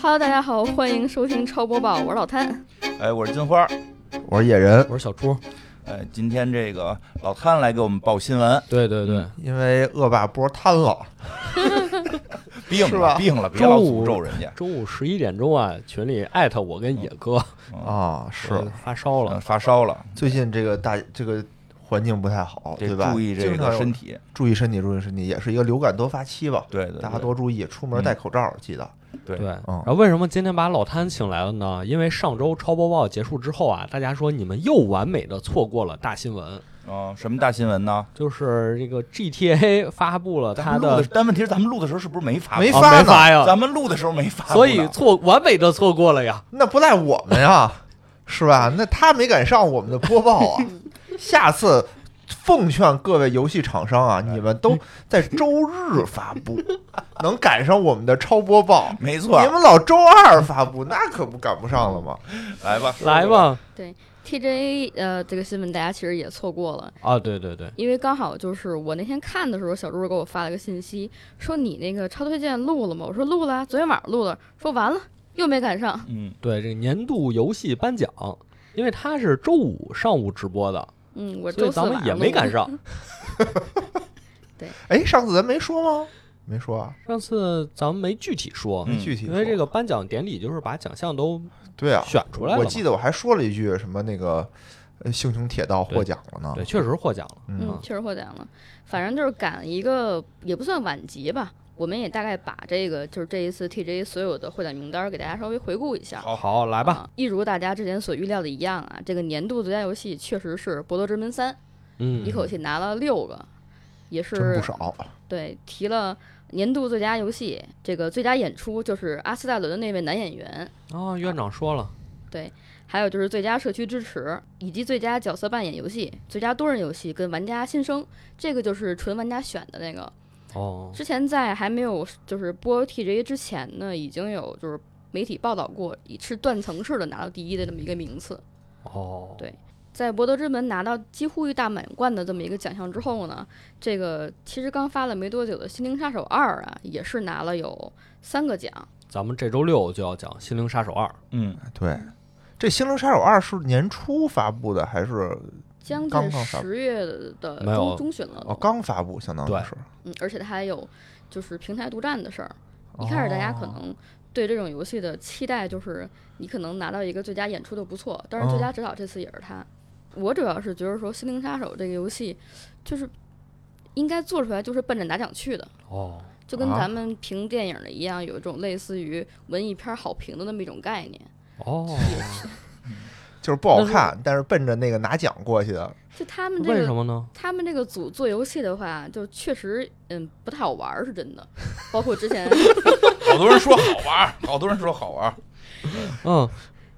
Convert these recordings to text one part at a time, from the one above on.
Hello，大家好，欢迎收听超播报，我是老谭。哎，我是金花。我是野人，我是小朱，哎，今天这个老谭来给我们报新闻，对对对，嗯因为恶霸波瘫了，病是了，吧病了，别周老五诅咒人家。中午十一点钟啊，群里艾特我跟野哥啊！是对发烧嗯了，发烧了，最近这个大这个环境不太好，对得吧？注意这经常个有身体。注意身体，注意身体，也是一个流感多发期吧？对对对嗯大家多注意，出门戴口罩，记得。对对。嗯然后为什么今天把老摊请来了呢？因为上周超播报结束之后啊，大家说你们又完美的错过了大新闻，嗯，什么大新闻呢？就是是这个 GTA 发布了它咱们录的的，，但问题是咱们录的时候是不是没发布？没啊发呢没发呀，咱们录的时候没发布呢，所以错完美的错过了呀。那不赖我 们呀，是吧？那他没赶上我们的播报啊。下次奉劝各位游戏厂商啊，嗯你们都在周日发 布，能赶上我们的超播报。没错。你们老周二发布，那可不赶不上了吗？来吧，来，吧， TJ 呃，这个新闻大家其实也错过了，啊，对对对，因为刚好就是我那天看的时候，小猪给我发了个信息，说你那个超推荐录了吗？我说录了啊，昨天晚上录了。说完了又没赶上，嗯，对这个年度游戏颁奖，因为它是周五上午直播的，嗯，我所周以四咱晚们上也没录赶上。哎，上次咱没说吗？没说啊，上次咱们没具体说，嗯没具体因说。为这个颁奖典礼就是把奖项都对啊，选出来了嘛。我记得我还说了一句什么那个呃星穹铁道获奖了呢。对，确实获奖了。嗯嗯，确实获奖了。反正就是赶一个也不算晚集吧，我们也大概把这个就是这一次 TJ 所有的获奖名单儿给大家稍微回顾一下。好好，来吧。啊一如大家之前所预料的一样啊，这个年度最佳游戏确实是《博德之门三》，嗯，一口气拿了六个，也真是不少。对提了年度最佳游戏，这个最佳演出就是阿斯戴伦的那位男演员，啊，院长说了，还有就是最佳社区支持，以及最佳角色扮演游戏、最佳多人游戏跟玩家新生，这个就是纯玩家选的那个。哦，之前在还没有就是播 TGA 之前呢，已经有就是媒体报道过，是断层式的拿到第一的这么一个名次。哦，对在博德之门拿到几乎一大满贯的这么一个奖项之后呢，这个其实刚发了没多久的《心灵杀手二》啊，也是拿了有三个奖。咱们这周六就要讲《心灵杀手二》，嗯，对，这《心灵杀手二》是年初发布的还是将刚近刚发布十月的没有中中旬了都，哦刚发布？相当于是。嗯，而且它还有就是平台独占的事儿。一开始大家可哦能对这种游戏的期待就是你可能拿到一个最佳演出的不错，但是最嗯佳指导这次也是他。我主要是觉得说《心灵杀手》这个游戏，就是应该做出来就是奔着拿奖去的，哦，就跟啊咱们评电影的一样，有一种类似于文艺片好评的那么一种概念。哦，就是不好那是看，但是奔着那个拿奖过去的。就他 们这为什个，么呢？他们这个组做游戏的话，就确实嗯不太好玩儿，是真的。包括之 前好多人说好玩儿，好多人说好玩儿，嗯，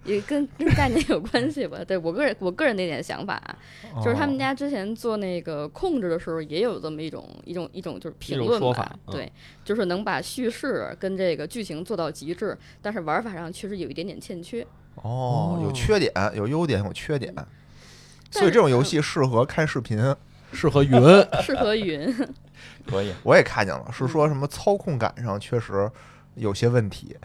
也跟跟概念有关系吧。对我个人我个人那点想法啊，哦就是他们家之前做那个控制的时候，也有这么一种一种一种就是评种论吧，说法嗯对，就是能把叙事跟这个剧情做到极致，但是玩法上确实有一点点欠缺。哦，有哦缺点，有优点，有缺点。所以但这种游戏适合看视频，适合 云，适合云，可以。我也看见嗯了，是说什么操控感上确实有些问题。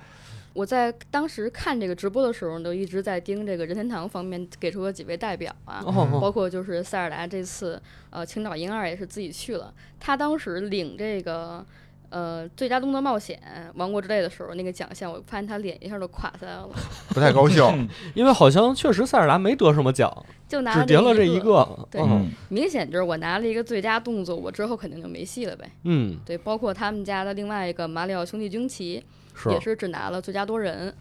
我在当时看这个直播的时候呢，一直在盯这个任天堂方面给出的几位代表啊。哦，包括就是塞尔达这次，呃，青岛银二也是自己去了。他当时领这个，呃，最佳动作冒险、王国之泪的时候，那个奖项，我发现他脸一下就垮下来了，不太高兴。因为好像确实塞尔达没得什么奖，就拿只了得了这一一个，对嗯嗯，明显就是我拿了一个最佳动作，我之后肯定就没戏了呗。嗯，对，包括他们家的另外一个马里奥兄弟军旗，是也是只拿了最佳多人。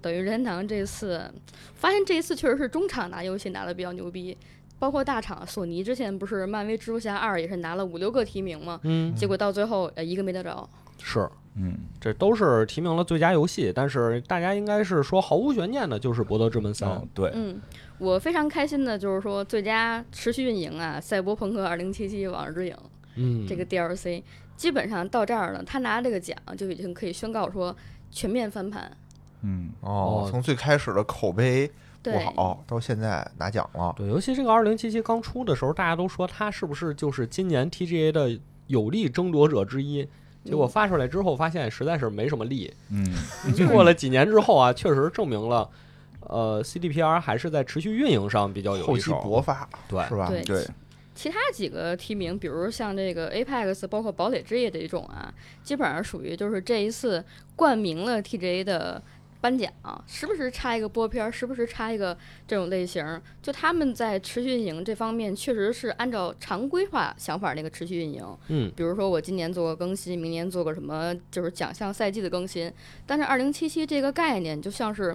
等于任天堂这次发现，这一次确实是中场拿游戏拿的比较牛逼，包括大厂索尼之前不是漫威蜘蛛侠二也是拿了五六个提名嘛，嗯结果到最后呃一个没得着。是。嗯，这都是提名了最佳游戏，但是大家应该是说毫无悬念的，就是《博德之门三》哦，对，嗯，我非常开心的就是说最佳持续运营啊，《赛博朋克二零七七：往日之影》嗯，这个 DLC，基本上到这儿了，他拿这个奖就已经可以宣告说全面翻盘。嗯，哦哦，从最开始的口碑不对，好，到现在拿奖了。对，尤其这个二零七七刚出的时候，大家都说它是不是就是今年 TGA 的有力争夺者之一？结果发出来之后发现实在是没什么力。嗯，过了几年之后啊，确实证明了，呃，CDPR 还是在持续运营上比较有厚一积手。薄发，对是吧？对对，其他几个提名，比如像这个 Apex，包括堡垒之夜这种啊，基本上属于就是这一次冠名了 TGA 的颁奖、时不时插一个播片儿，时不时插一个这种类型儿。就他们在持续运营这方面，确实是按照常规化想法那个持续运营。嗯，比如说我今年做个更新，明年做个什么，就是奖项赛季的更新。但是二零七七这个概念就像是，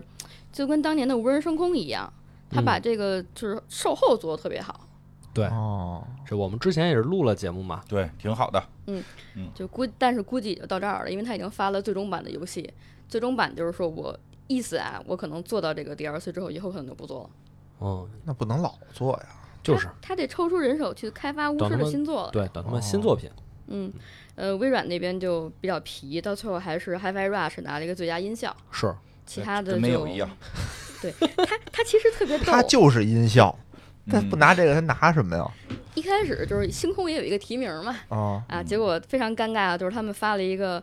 就跟当年的无人升空一样，他把嗯这个就是售后做得特别好。对，哦，这我们之前也是录了节目嘛，对，挺好的。就估，但是估计也就到这儿了，因为它已经发了最终版的游戏，最终版就是说我意思啊，我可能做到这个 DLC 之后，以后可能就不做了。嗯，那不能老做呀。就是他他得抽出人手去开发巫等师他的们新作了。对，等他们新作品，嗯，呃，微软那边就比较皮，到最后还是 HiFi Rush 拿了一个最佳音效，是其他的哎真就没有一样。对他，他其实特别逗他。就是音效，他嗯不拿这个，他拿什么呀？一开始就是星空也有一个提名嘛，啊啊，嗯结果非常尴尬啊，就是他们发了一个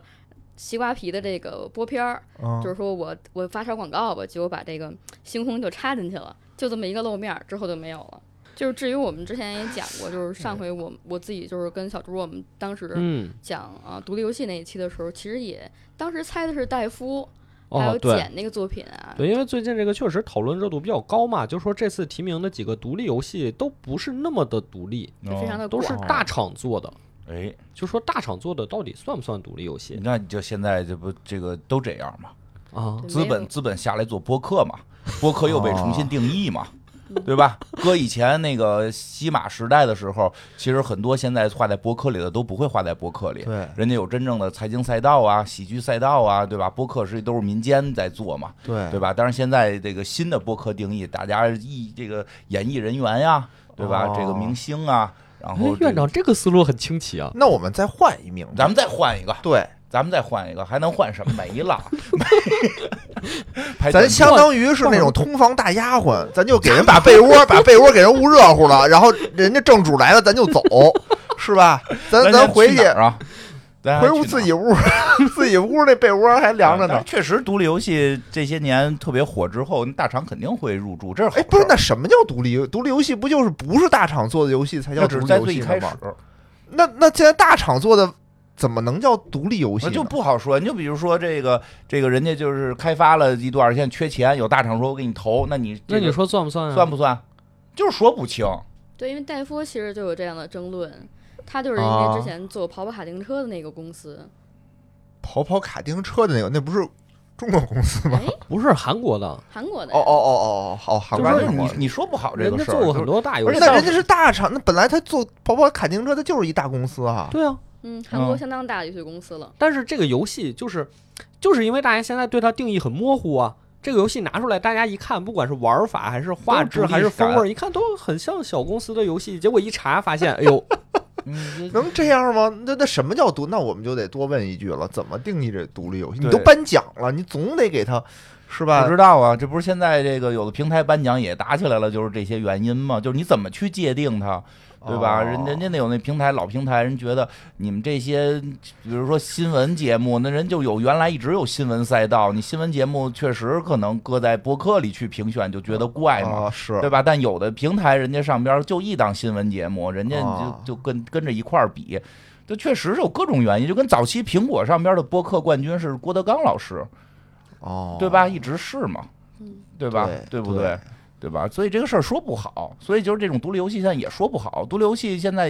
西瓜皮的这个播片儿，啊就是说我我发条广告吧，结果把这个星空就插进去了，就这么一个露面儿，之后就没有了。就是至于我们之前也讲过，就是上回我我自己就是跟小朱我们当时嗯，讲啊独立游戏那一期的时候，其实也当时猜的是戴夫，还哦有，对简那个作品啊，对，因为最近这个确实讨论热度比较高嘛，就说这次提名的几个独立游戏都不是那么的独立，就非常的的。哦都是广大厂做的，哦哎，就说大厂做的到底算不算独立游戏那你就现在这不这个都这样嘛？啊？对资没有本资本下来做播客嘛，播客又被重新定义嘛，对吧？搁以前那个西马时代的时候，其实很多现在画在播客里的都不会画在播客里，对人家有真正的财经赛道啊、喜剧赛道啊，对吧？播客是都是民间在做嘛，对对吧？但是现在这个新的播客定义，大家艺这个演艺人员呀、对吧？哦这个明星啊，然哎后、，院长，这个思路很清奇啊。那我们再换一名字，咱们再换一个，对，咱们再换一个，还能换什么？没 了，没了咱相当于是那种通房大丫鬟，咱就给人把被窝把被窝给人捂热乎了，然后人家正主来了，咱就走，是吧？咱咱回去去哪儿啊，咱回屋自己屋， 自己屋那被窝还凉着呢。确实，独立游戏这些年特别火之后，那大厂肯定会入驻，这是好事哎，儿。不是，那什么叫独立游？独立游戏不就是不是大厂做的游戏才叫那独只是立在游最戏一呢开始吗？，那那既然大厂做的，怎么能叫独立游戏我呢？就不好说。你就比如说这个，这个人家就是开发了一段，现在缺钱，有大厂说我给你投，那你那这你个说算不算啊？算不算？就是说不清。对，因为戴夫其实就有这样的争论，他就是因为之前做跑跑卡丁车的那个公司，跑跑卡丁车的那个，那不是中国公司吗？哎，不是韩国的，韩国的哦哦哦哦哦，韩就是国说那你会儿你说不好这人个家事做过儿，很多大游不戏是，。那人家是大厂，那本来他做跑跑卡丁车，他就是一大公司啊。对啊，嗯，韩国嗯相当大的游戏公司了。但是这个游戏就是，就是因为大家现在对它定义很模糊啊。这个游戏拿出来，大家一看，不管是玩法还是画质都是独立还是风味儿，感一看都很像小公司的游戏。结果一查发现，哎呦，嗯能这样吗？那那什么叫独？那我们就得多问一句了，怎么定义这独立游戏？你对都颁奖了，你总得给他，是不吧知？道啊，这不是现在这个有的平台颁奖也打起来了，就是这些原因嘛，就是你怎么去界定它，对吧？哦人人家那有那平台老平台，人觉得你们这些，比如说新闻节目，那人就有原来一直有新闻赛道，你新闻节目确实可能搁在播客里去评选，就觉得怪嘛。啊，是对吧？但有的平台人家上边就一档新闻节目，人家哦就就跟跟着一块儿比，这确实是有各种原因。就跟早期苹果上边的播客冠军是郭德纲老师，哦，对吧？一直是嘛，嗯，对对？吧？对不对？？对吧？所以这个事儿说不好，所以就是这种独立游戏现在也说不好。独立游戏现在，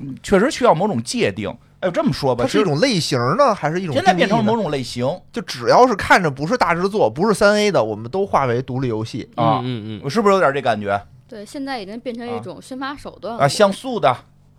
嗯，确实需要某种界定。哎，这么说吧，它是一其实种类型呢，还是一种现在定义变成了呢某种类型就只要是看着不是大制作，不是三 A 的，我们都划为独立游戏。啊，嗯嗯我是不是有点这感觉对，现在已经变成一啊种宣发手段了，啊？像素的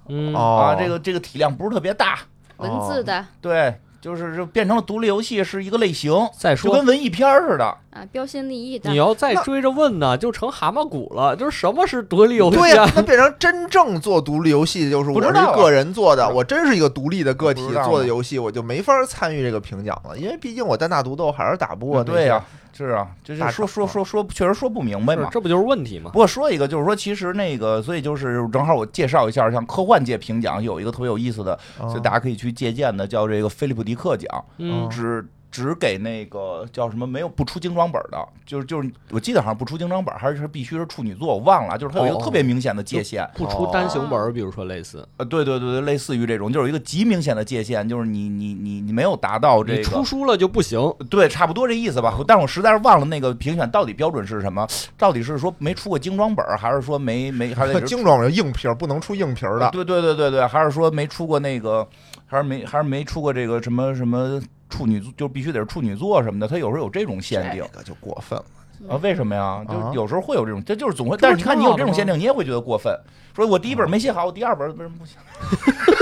嗯嗯，啊，哦，这个这个体量不是特别大，文字的，对，就是就变成了独立游戏是一个类型，再就说跟文艺片儿似的。啊，标新立异的你。要再那追着问呢，就成蛤蟆骨了。就是什么是独立游 戏对呀、啊？那变成真正做独立游戏，就是不我知是道啊个人做的，我真是一个独立的个体不知道啊做的游戏，我就没法参与这个评奖了，因为毕竟我单打独斗还是打不过。嗯对呀、，是啊，就是大说厂说嘛说说，确实说不明白是嘛。这不就是问题吗不？过说一个，就是说，其实那个，所以就是正好我介绍一下，像科幻界评奖有一个特别有意思的，嗯哦就 大家可以去借鉴的，叫这个菲利普迪克奖，嗯嗯，只只给那个叫什么没有不出精装本的，就是就是我记得好像不出精装本，还是必须是处女座，我忘了，就是它有一个哦特别明显的界限。不出单行本儿，比如说类似，呃，对对对对，类似于这种，就是有一个极明显的界限，就是你你你你没有达到这你出哦个，书了就不行。对，差不多这意思吧。但我实在是忘了那个评选到底标准是什么，到底是说没出过精装本儿，还是说没没 还是得精装是硬皮儿，不能出硬皮儿的。啊对对对对对，还是说没出过那个，还是没还是没出过这个什么什么处女，就必须得是处女座什么的，他有时候有这种限定这。个就过 分了。啊，为什么呀？啊就有时候会有这种，这就是总会。这但是不你是看，挺你有好这的种限吗定，你也会觉得过分。说我第一本没写好，我第二本为什么不行？啊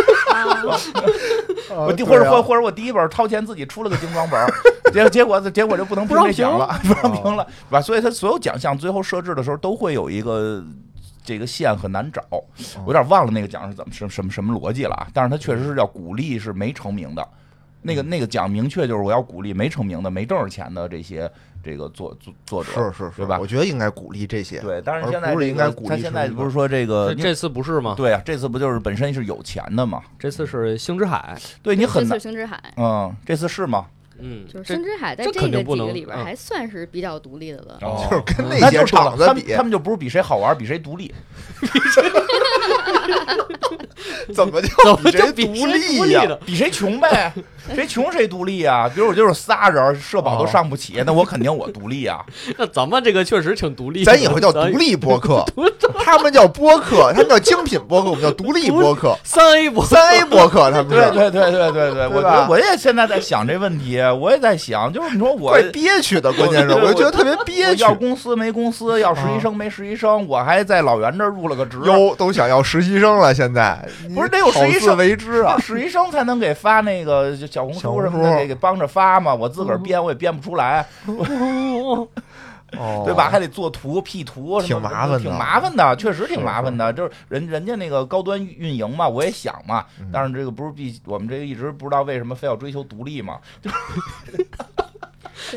呃我第或啊者或或者我第一本掏钱自己出了个精装本儿，结 结果结果就不能不评这让奖评了， 不让哦评了，对吧？所以他所有奖项最后设置的时候都会有一个。这个线很难找，哦我有点忘了那个奖是怎么什什么什么逻辑了啊！但是它确实是叫鼓励是没成名的，那嗯个那个奖明确就是我要鼓励没成名的、没挣着钱的这些这个作作作者，是是是，对吧我觉得应该鼓励这些。对。但是而现在不是这应个该鼓他励现成在名不是说这个这这次不是吗？对啊，这次不就是本身是有钱的嘛？这次是星之海，对 你很这次，难星之海，嗯，这次是吗？嗯，就是这星之海在这这肯个定不几个能里边嗯还算是比较独立的了。哦就是跟那那就些是了厂他子们比他，们就不是比谁好玩，比谁独立。怎么就怎么比谁就比独谁立独立呀了？ 比谁穷呗，谁穷谁独立啊。比如我就是仨人，社保都上不起，那我肯定我独立 啊。那咱们这个确实挺独立的，咱以后叫独咱立播客，他们叫播客，他们叫精品播客，我们叫独立播客，三 A 博三 A 播客，他们对是。对对对对 对，我对吧我也现在在想这问题，我也在想，就是你说我怪憋屈的，关键是对我我就觉得特别憋我屈要。公司没公司，要实习生没实习生，我还在老袁这儿入了个职。哟，都想要实习生了，现在不是得有实习生好自为之啊那！实习生才能给发那个就小红小书嗯红什么的，书给给帮着发嘛。我自个儿编我也编不出来，哦对吧？？还得做图、P 图什么，挺麻烦的挺麻烦的，确实挺是麻烦的。就是人人家那个高端运营嘛，我也想嘛嗯，但是这个不是必，我们这个一直不知道为什么非要追求独立嘛，对，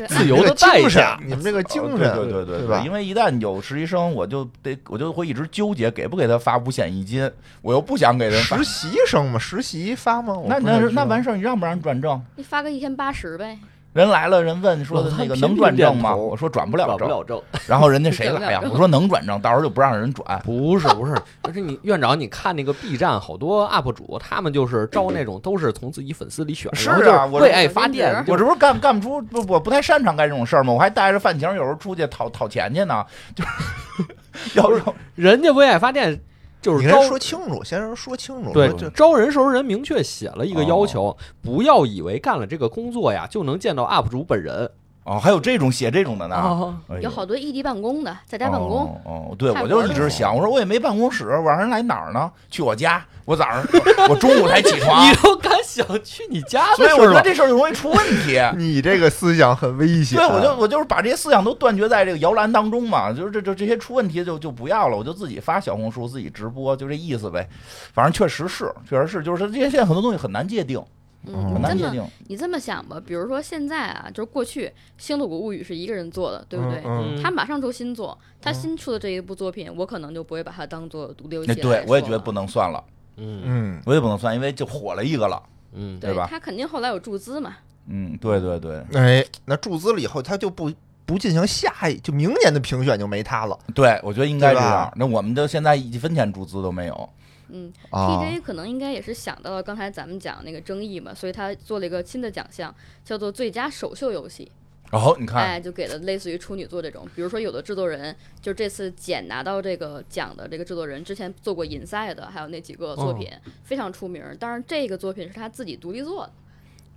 自你由们这的个代精价神，，你们这个精呃神，对对对对对吧因为一旦有实习生，我就得我就会一直纠结给不给他发五险一金，我又不想给人发实。习生嘛，实习发吗？我那不太那是知那道完事儿，你让不让转正？你发个一天八十呗，人来了，人问说的老那汉个频能频转点正吗？头我说转不转了不正。了正。然后人 家谁转不了来呀？正我说能转正，到时候就不让人转。不是不是，就是你院长，你看那个 B 站好多 UP 主，他们就是招那种都是从自己粉丝里选，是然后就是啊我为这爱发电，我我这就是不是干干不出不我不太擅长干这种事儿吗？我还带着饭钱，有时候出去讨讨钱去呢，就是 要要人家为爱发电就是你招跟。说清楚，先让说清楚。对说这，招人时候人明确写了一个要求，不要以为干了这个工作呀就能见到 UP 主本人哦，还有这种写这种的呢，啊。哎呦哦有好多异地办公的，在家办公，哦，哦对，太我就玩一了直想，我说我也没办公室，我让人来哪儿呢？去我家，我早上我我中午才起床 你，都敢想去你家的所以事我觉儿得吗？这事儿就容易出问题。你这个思想很危险。啊对，我就我就是把这些思想都断绝在这个摇篮当中嘛，就是这这这些出问题就就不要了，我就自己发小红书，自己直播，就这意思呗。反正确实是，确实是，就是这些现在很多东西很难界定，嗯，很你难这界么定。你这么想吧，比如说现在啊，就是过去《星露谷物语》是一个人做的，对不对？嗯嗯他马上出新作，他嗯新出的这一部作品，我可能就不会把它当做独立游戏那来哎啊对我也觉得不能，能算了，嗯嗯，我也不能算，因为就火了一个了。嗯，对吧他肯定后来有注资嘛，嗯，对对对哎，那注资了以后，他就不不进行下一，就明年的评选就没他了对，我觉得应该这对吧样。那我们的现在一分钱注资都没有，嗯啊。 ，TJ 可能应该也是想到了刚才咱们讲那个争议嘛，所以他做了一个新的奖项，叫做最佳首秀游戏，然后你看，哎，就给了类似于处女座这种，比如说有的制作人，就这次简拿到这个奖的这个制作人，之前做过《Inside》的，还有那几个作品、非常出名儿，当然这个作品是他自己独立做的，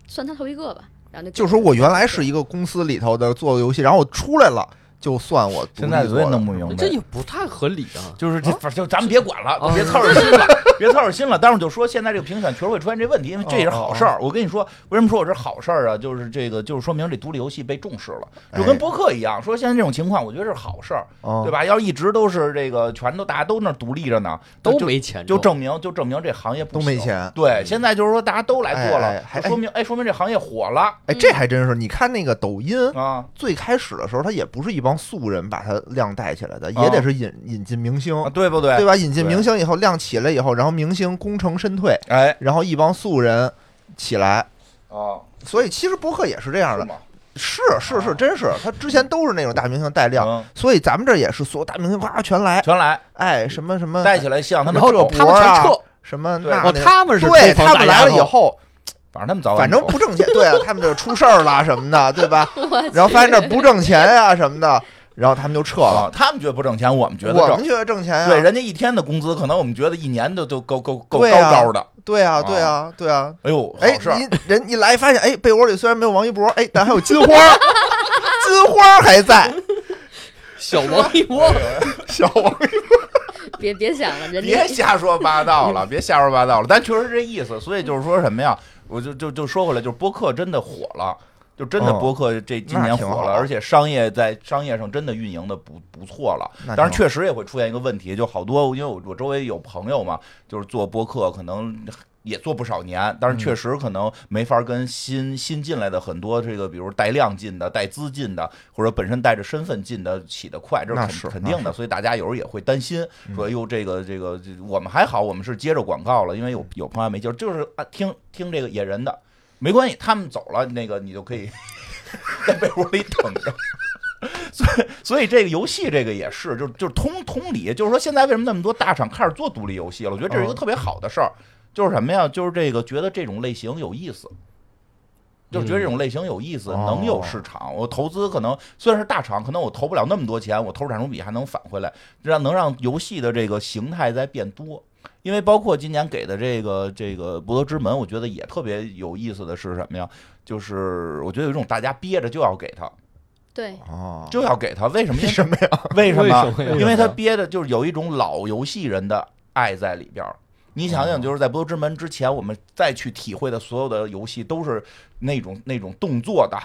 算他头一个吧。然后就给就是说我原来是一个公司里头的做游戏，然后我出来了，就算我独现立在做我也的弄不明白这。也不太合理啊。就是哦这，啊反正就咱们别管了，啊别操着心了，别操着心了。但是就说现在这个评选确实会出现这问题，因为这也是好事哦儿。我跟你说，为什么说我是好事儿啊？就是这个，就是说明这独立游戏被重视了，就跟哎播客一样。说现在这种情况，我觉得是好事儿，嗯对吧？要一直都是这个，全都大家都那儿独立着呢，都就没钱就挣，证明就证明这行业不都没行。钱。对，现在就是说大家都来做哎哎了，还就说明哎，说明这行业火了哎，这还真是，你看那个抖音啊最开始的时候，它也不是一帮素人把它量带起来的，啊也得是引引进明星，啊，对不对对？吧？引进对明星以后量起来以后，然后明星功成身退，哎然后一帮素人起来。啊，所以其实播客也是这样是的，吗？是是是，真是，他之前都是那种大明星带量，嗯所以咱们这也是所有大明星哇全来，全来哎，什么什么带起来，像他然们后这这不，他们活儿全啊撤，什么对那哦，那他们是对追捧他们打压来了以的后，反正他们早晚反正走不挣钱， 对啊，他们这出事儿了什么的，对吧？我去然后发现这不挣钱呀、什么的，然后他们就撤啊了。，他们觉得不挣钱，我们觉得我们挣。觉得挣钱啊呀、对，人家一天的工资，可能我们觉得一年的都够够够对高啊高的。对啊，对啊，对啊。哎呦，哎哦好事儿， 你人一来发现，哎，被窝里虽然没有王一博，哎，但还有金花儿， 金花儿还在，小王一窝，小王 别别想了，人家别瞎说八道了，别瞎说八道了。但确实是这意思，所以就是说什么呀？我就就就说回来，就是播客真的火了。就真的嗯播客这今那年挺火好了，而且商业在商业上真的运营的不不错了。那但挺是好确实也会出现一个问题，就好多，因为我我周围有朋友嘛，就是做播客，可能也做不少年，但是嗯确实可能没法跟新新进来的很多这个，比如带量进的、带资进的，或者本身带着身份进的起得快，这那肯是嗯肯那定的。所以大家有时候也会担心，说哟，这个这个，这我们还好，我们是接着广告了，因嗯为有有朋友还没接，就是啊，听听这个野人的。没关系，他们走了，那个你就可以 在被窝里等着。所以，所以这个游戏这个也是，就是就是通通理，就是说现在为什么那么多大厂开始做独立游戏了？我觉得这是一个嗯特别好的事儿，就是什么呀？就是这个觉得这种类型有意思。就是觉得这种类型有意思，嗯能有哦市场。我投资可能虽然是大厂，可能我投不了那么多钱，我投入产出比还能返回来，让能让游戏的这个形态在变多。因为包括今年给的这个这个《博德之门》，我觉得也特别有意思的是什么呀？就是我觉得有一种大家憋着就要给他，对哦，就要给他，为什么？为什么呀？为什为么？什么因呀？为他憋的就是有一种老游戏人的爱在里边儿。你想想，就是在《博德之门》之前，我们再去体会的所有的游戏，都是那种那种动作的，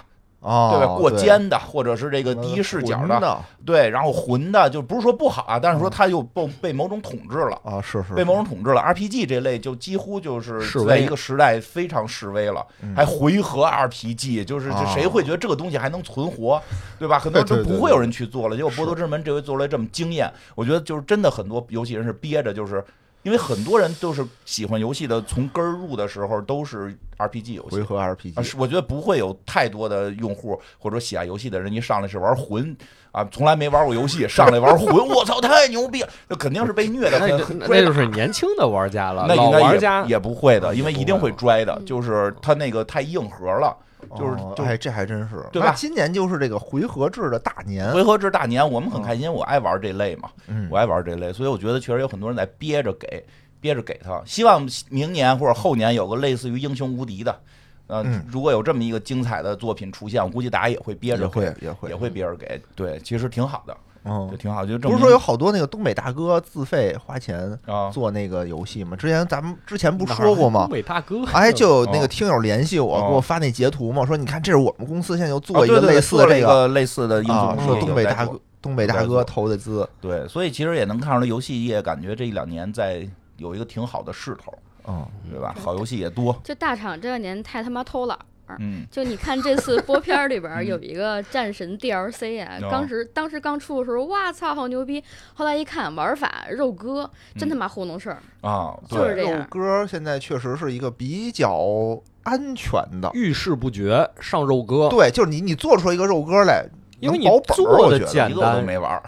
哦，对吧？过对肩的，或者是这个什么第一视角魂的，的对，然后魂的，就不是说不好啊，但是说他又被被某种统治了。啊，是是被某种统治了，RPG 这类就几乎就是示在威一个时代非常示威了，嗯还回合 RPG，就是这啊谁会觉得这个东西还能存活，对吧？很多对人对不对会有人去做了。结果《是波多之门》这回做出来这么惊艳，我觉得就是真的很多游戏人是憋着，就是因为很多人都是喜欢游戏的，从根儿入的时候都是 RPG 游戏回，合 RPG，啊，是我觉得不会有太多的用户或者说喜爱游戏的人一上来是玩魂啊，从来没玩过游戏，上来玩魂，我操，太牛逼了！那肯定是被虐的那很。那摔那得就是年轻的玩家了，那老应玩该家也也不会的，因为也不一定会会吧拽的，嗯就是他那个太硬核了。就是哦就哎，这还真是对那吧今年就是这个回合制的大年，回合制大年，我们很开心，我爱玩这类嘛，嗯我爱玩这类，所以我觉得确实有很多人在憋着给，憋着给他。希望明年或者后年有个类似于《英雄无敌》的，嗯嗯，如果有这么一个精彩的作品出现，我估计大家也会憋也着给，会也会也会憋着给。对，其实挺好的，嗯就。挺好，就证不明是说有好多那个东北大哥自费花钱啊，做那个游戏吗？之前咱们之前不哪儿说过吗东？北大哥，哎，就有那哦个听友联系我，哦给我发那截图嘛，说你看，这是我们公司现在又啊做一个对对类对似做的了一这个个类似的英啊，雄说设计东北在大做哥东北有大在哥做投的资，对，所以其实也能看出来，游戏业感觉这一两年在有一个挺好的势头，嗯，对吧？好游戏也多，就大厂这两年太他妈偷懒儿。嗯，就你看这次播片儿里边儿有一个战神 DLC 啊，哦当时当时刚出的时候，哇操，好牛逼！后来一看玩法肉鸽，嗯真他妈糊弄事儿。啊，就是对，这肉样鸽现在确实是一个比较安全的， 遇事不决上肉鸽，对，就是你你做出一个肉鸽来，因为你能保本儿做我的觉得简一个我都单，没玩 儿。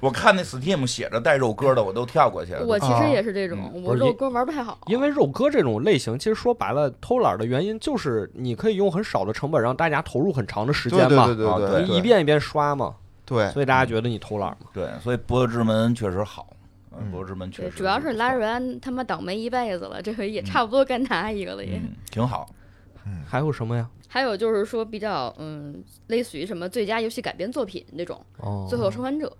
我看那 Steam 写着带肉鸽的，我都跳过去了。我其啊实也是这种，嗯不我是肉因鸽玩不太好，因为肉鸽这种类型，其实说白了，偷懒的原因就是你可以用很少的成本让大家投入很长的时对间对对嘛，啊对对你一对遍一遍刷嘛，对，所以大家觉得你偷懒嘛。对，所以《博德之门》确实好，嗯，《嗯博德之门》确对，实主要是不拉错瑞安他妈倒霉一辈子了，这回也嗯差不多该拿一个了也。嗯，挺好。嗯还有什么呀？还有就是说比较嗯，类似于什么最佳游戏改编作品那种，哦《最后生还者》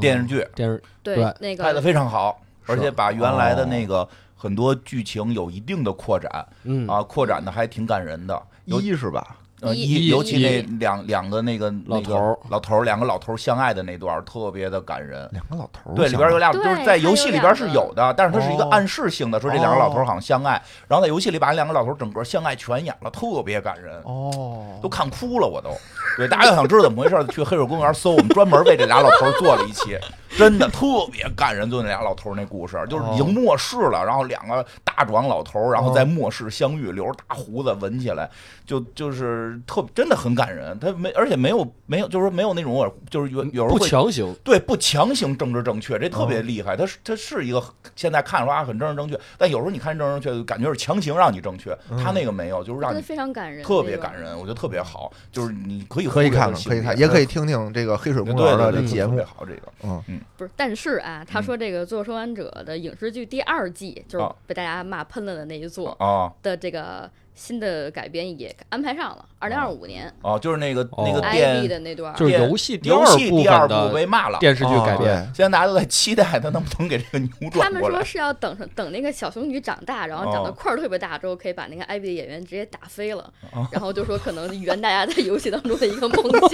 电视剧电视对对那拍的个非常好，是而且把原来的那个很多剧情有一定的扩展嗯啊，扩展的还挺感人的。尤一是吧？呃一一一尤其那一两两个那个那老个头儿老头儿两个老头儿相爱的那段儿特别的感人。两个老头儿对，里边有俩，就是对它在游有戏里两边是个有的，但是它是一个哦暗示性的，说这两个老头儿好像相爱，然后在游戏里把两个老头儿整个相爱全演了，特别感人，哦都，看哭了我都。对，大家要想知道怎么回事儿，去黑水公园搜，我们专门为这俩老头儿做了一期，真的特别感人。就那俩老头儿那故事，就是已经哦末世了，然后两个大壮老头儿，然后在末世相遇，留着大胡子，闻起来就就是特真的很感人。他没，而且没有没有，就是说没有那种我就是有有人不会强行，对，不强行政治正确，这特别厉害。它是它是一个现在看的啊话很政治正确，但有时候你看政治正确，就感觉是强行让你正确。嗯他那个没有，就是让真的你非常感人，特别那个感人，我觉得特别好。就是你可以可以忽略这看看，些可以看，点也可以听听这个黑水对公对园的对这对节特别目。好这个不是，但是啊，他嗯说这个《最后生还者》的影视剧第二季，就是啊被大家骂喷了的那一座啊的这个新的改编也安排上了，二零二五年啊，就是那个哦那个 IB 电的那段儿，就是游戏游戏部第二分部的被骂了，电视剧改编，对，现在大家都在期待他能不能给这个扭他转们过说来。是要等等那个小熊女长大，然后长得哦块儿特别大之后，可以把那个艾比的演员直接打飞了哦，然后就说可能圆大家在游戏当中的一个梦 想。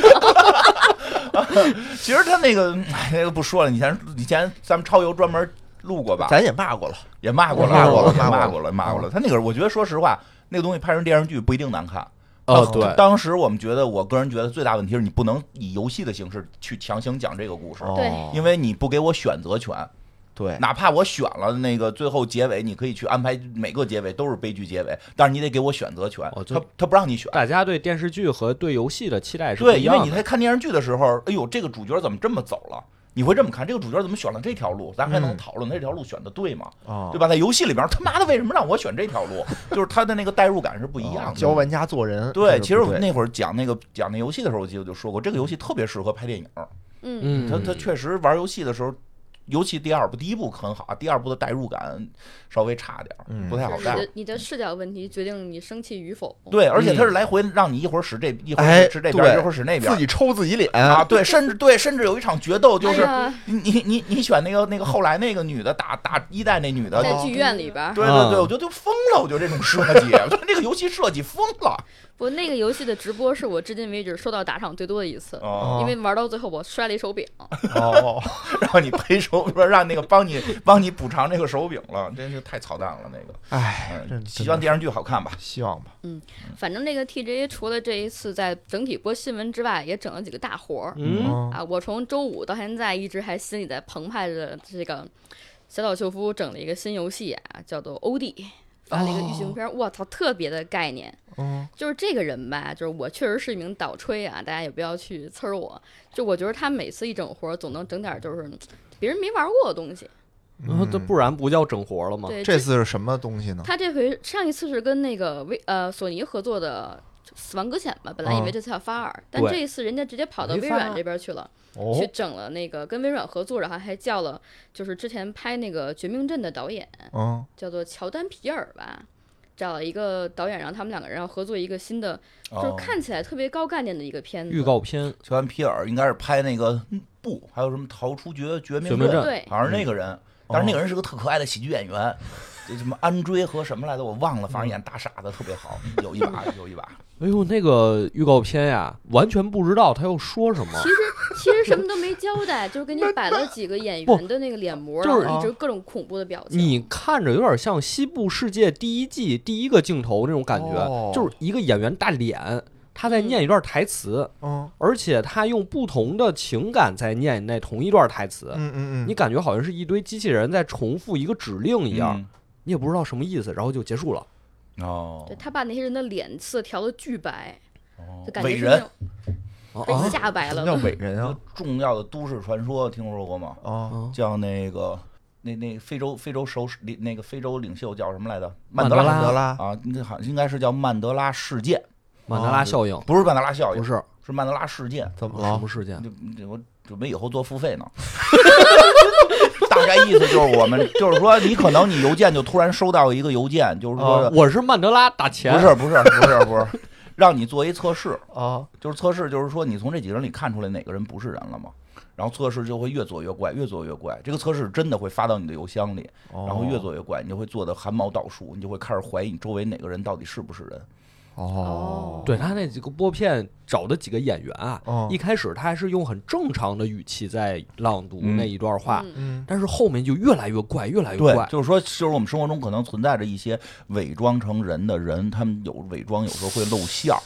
其实他那个哎那个不说了，以前以前咱们超游专门录过吧，咱也骂过了，也骂过了，骂过了也骂骂过过嗯了，骂过了。他那个，我觉得说实话，那个东西拍成电视剧不一定难看。哦当对，当时我们觉得，我个人觉得最大问题是你不能以游戏的形式去强行讲这个故事，对哦因为你不给我选择权，对，哪怕我选了那个最后结尾，你可以去安排每个结尾都是悲剧结尾，但是你得给我选择权哦，就他他不让你选。大家对电视剧和对游戏的期待是不对，一因为样你的。在看电视剧的时候，哎呦，这个主角怎么这么走了？你会这么看，这个主角怎么选了这条路？咱还能嗯讨论他这条路选的对吗？啊对吧？在游戏里边，他妈的为什么让我选这条路？ 就是他的那个代入感是不一样的。哦教玩家做人。对，这个其实不我对那会儿讲那个讲那游戏的时候，我记得就说过，这个游戏特别适合拍电影。嗯，嗯，他他确实玩游戏的时候，尤其第二部，第一部很好，第二部的代入感稍微差点儿，嗯不太好就是你带。的你的视角问题决定你生气与否。对，而且他嗯是来回让你一会儿使这一会哎儿使这边，对一会儿使那边自己抽自己脸啊，对，甚至对，甚至有一场决斗就哎是呀，你你你你选那个那个后来那个女的打打一代那女的，在剧院里边儿，对对对，嗯我觉得就疯了，我觉得这种设计，我觉得这个游戏设计疯了。嗯我那个游戏的直播是我至今为止收到打赏最多的一次。哦，因啊为玩到最后，我摔了一手柄，哦，然后你赔手，说让那个帮你帮你补偿这个手柄了，真是太操蛋了那个。哎，嗯，真希望电视剧好看吧。希望吧。反正那个 TGA 除了这一次在整体播新闻之外，也整了几个大活儿。嗯，嗯啊，我从周五到现在一直还心里在澎湃着这个小岛秀夫整了一个新游戏啊，叫做《欧弟》，发了一个预行片哦儿，我操、特别的概念。嗯，就是这个人吧，就是我确实是一名倒吹啊，大家也不要去呲儿我。就我觉得他每次一整活儿，总能整点儿就是别人没玩过的东西。那这不然不叫整活了吗？对，哦这次是什么东西嗯呢？他这回上一次是跟那个微呃索尼合作的《死亡搁浅》嘛，本来以为嗯这次要发二、但对这一次人家直接跑到没微发软这边去了。哦去整了那个跟微软合作，然后还叫了就是之前拍那个《绝命镇》的导演，嗯，叫做乔丹皮尔吧，找了一个导演，然后他们两个人要合作一个新的，就是哦看起来特别高概念的一个片子。哦预告片乔安皮尔应该是拍那个嗯不，还有什么逃出绝绝命绝命嗯镇，哦镇对好像是那个人，但是那个人是个特可爱的喜剧演员。这什么安追和什么来着？我忘了，反嗯正演大傻子特别好，有一把有一把。哎呦，那个预告片呀，完全不知道他要说什么其。实其实什么都没交代，就是给你摆了几个演员的那个脸模， 就是啊然后一直各种恐怖的表情。你看着有点像《西部世界》第一季第一个镜头那种感哦觉，就是一个演员大脸，他在念一段台词，嗯而且他用不同的情感在念那同一段台词，嗯嗯你嗯，感觉好像是一堆机器人在重复一个指令一样，嗯你也不知道什么意思，然后就结束了。哦哦对，他把那些人的脸色调的巨白，就感觉伟是那人种啊被啊吓白什了么的。叫伟人啊？重要的都市传说听说过吗？啊，啊！叫那个那那非洲非洲首领那个非洲领袖叫什么来着？曼德德曼拉德拉，啊，那好应该是叫曼德拉事件，曼德拉效应不是曼德拉效应，不是是曼德拉事件。怎么什了么？事件？就就我准备以后做付费呢。 大概意思就是我们就是说，你可能你邮件就突然收到一个邮件，就是说哦我是曼德拉打钱，不是不是不是不是，让你做一测试，啊，就是测试，就是说你从这几个人里看出来哪个人不是人了吗？然后测试就会越做越怪，越做越怪。这个测试真的会发到你的邮箱里，哦然后越做越怪，你就会做的汗毛倒竖，你就会开始怀疑你周围哪个人到底是不是人。哦，对他那几个拨片找的几个演员啊，哦一开始他还是用很正常的语气在朗读那一段话，嗯嗯但是后面就越来越怪，越来越对怪，。就是说，就是我们生活中可能存在着一些伪装成人的人，他们有伪装，有时候会露馅儿。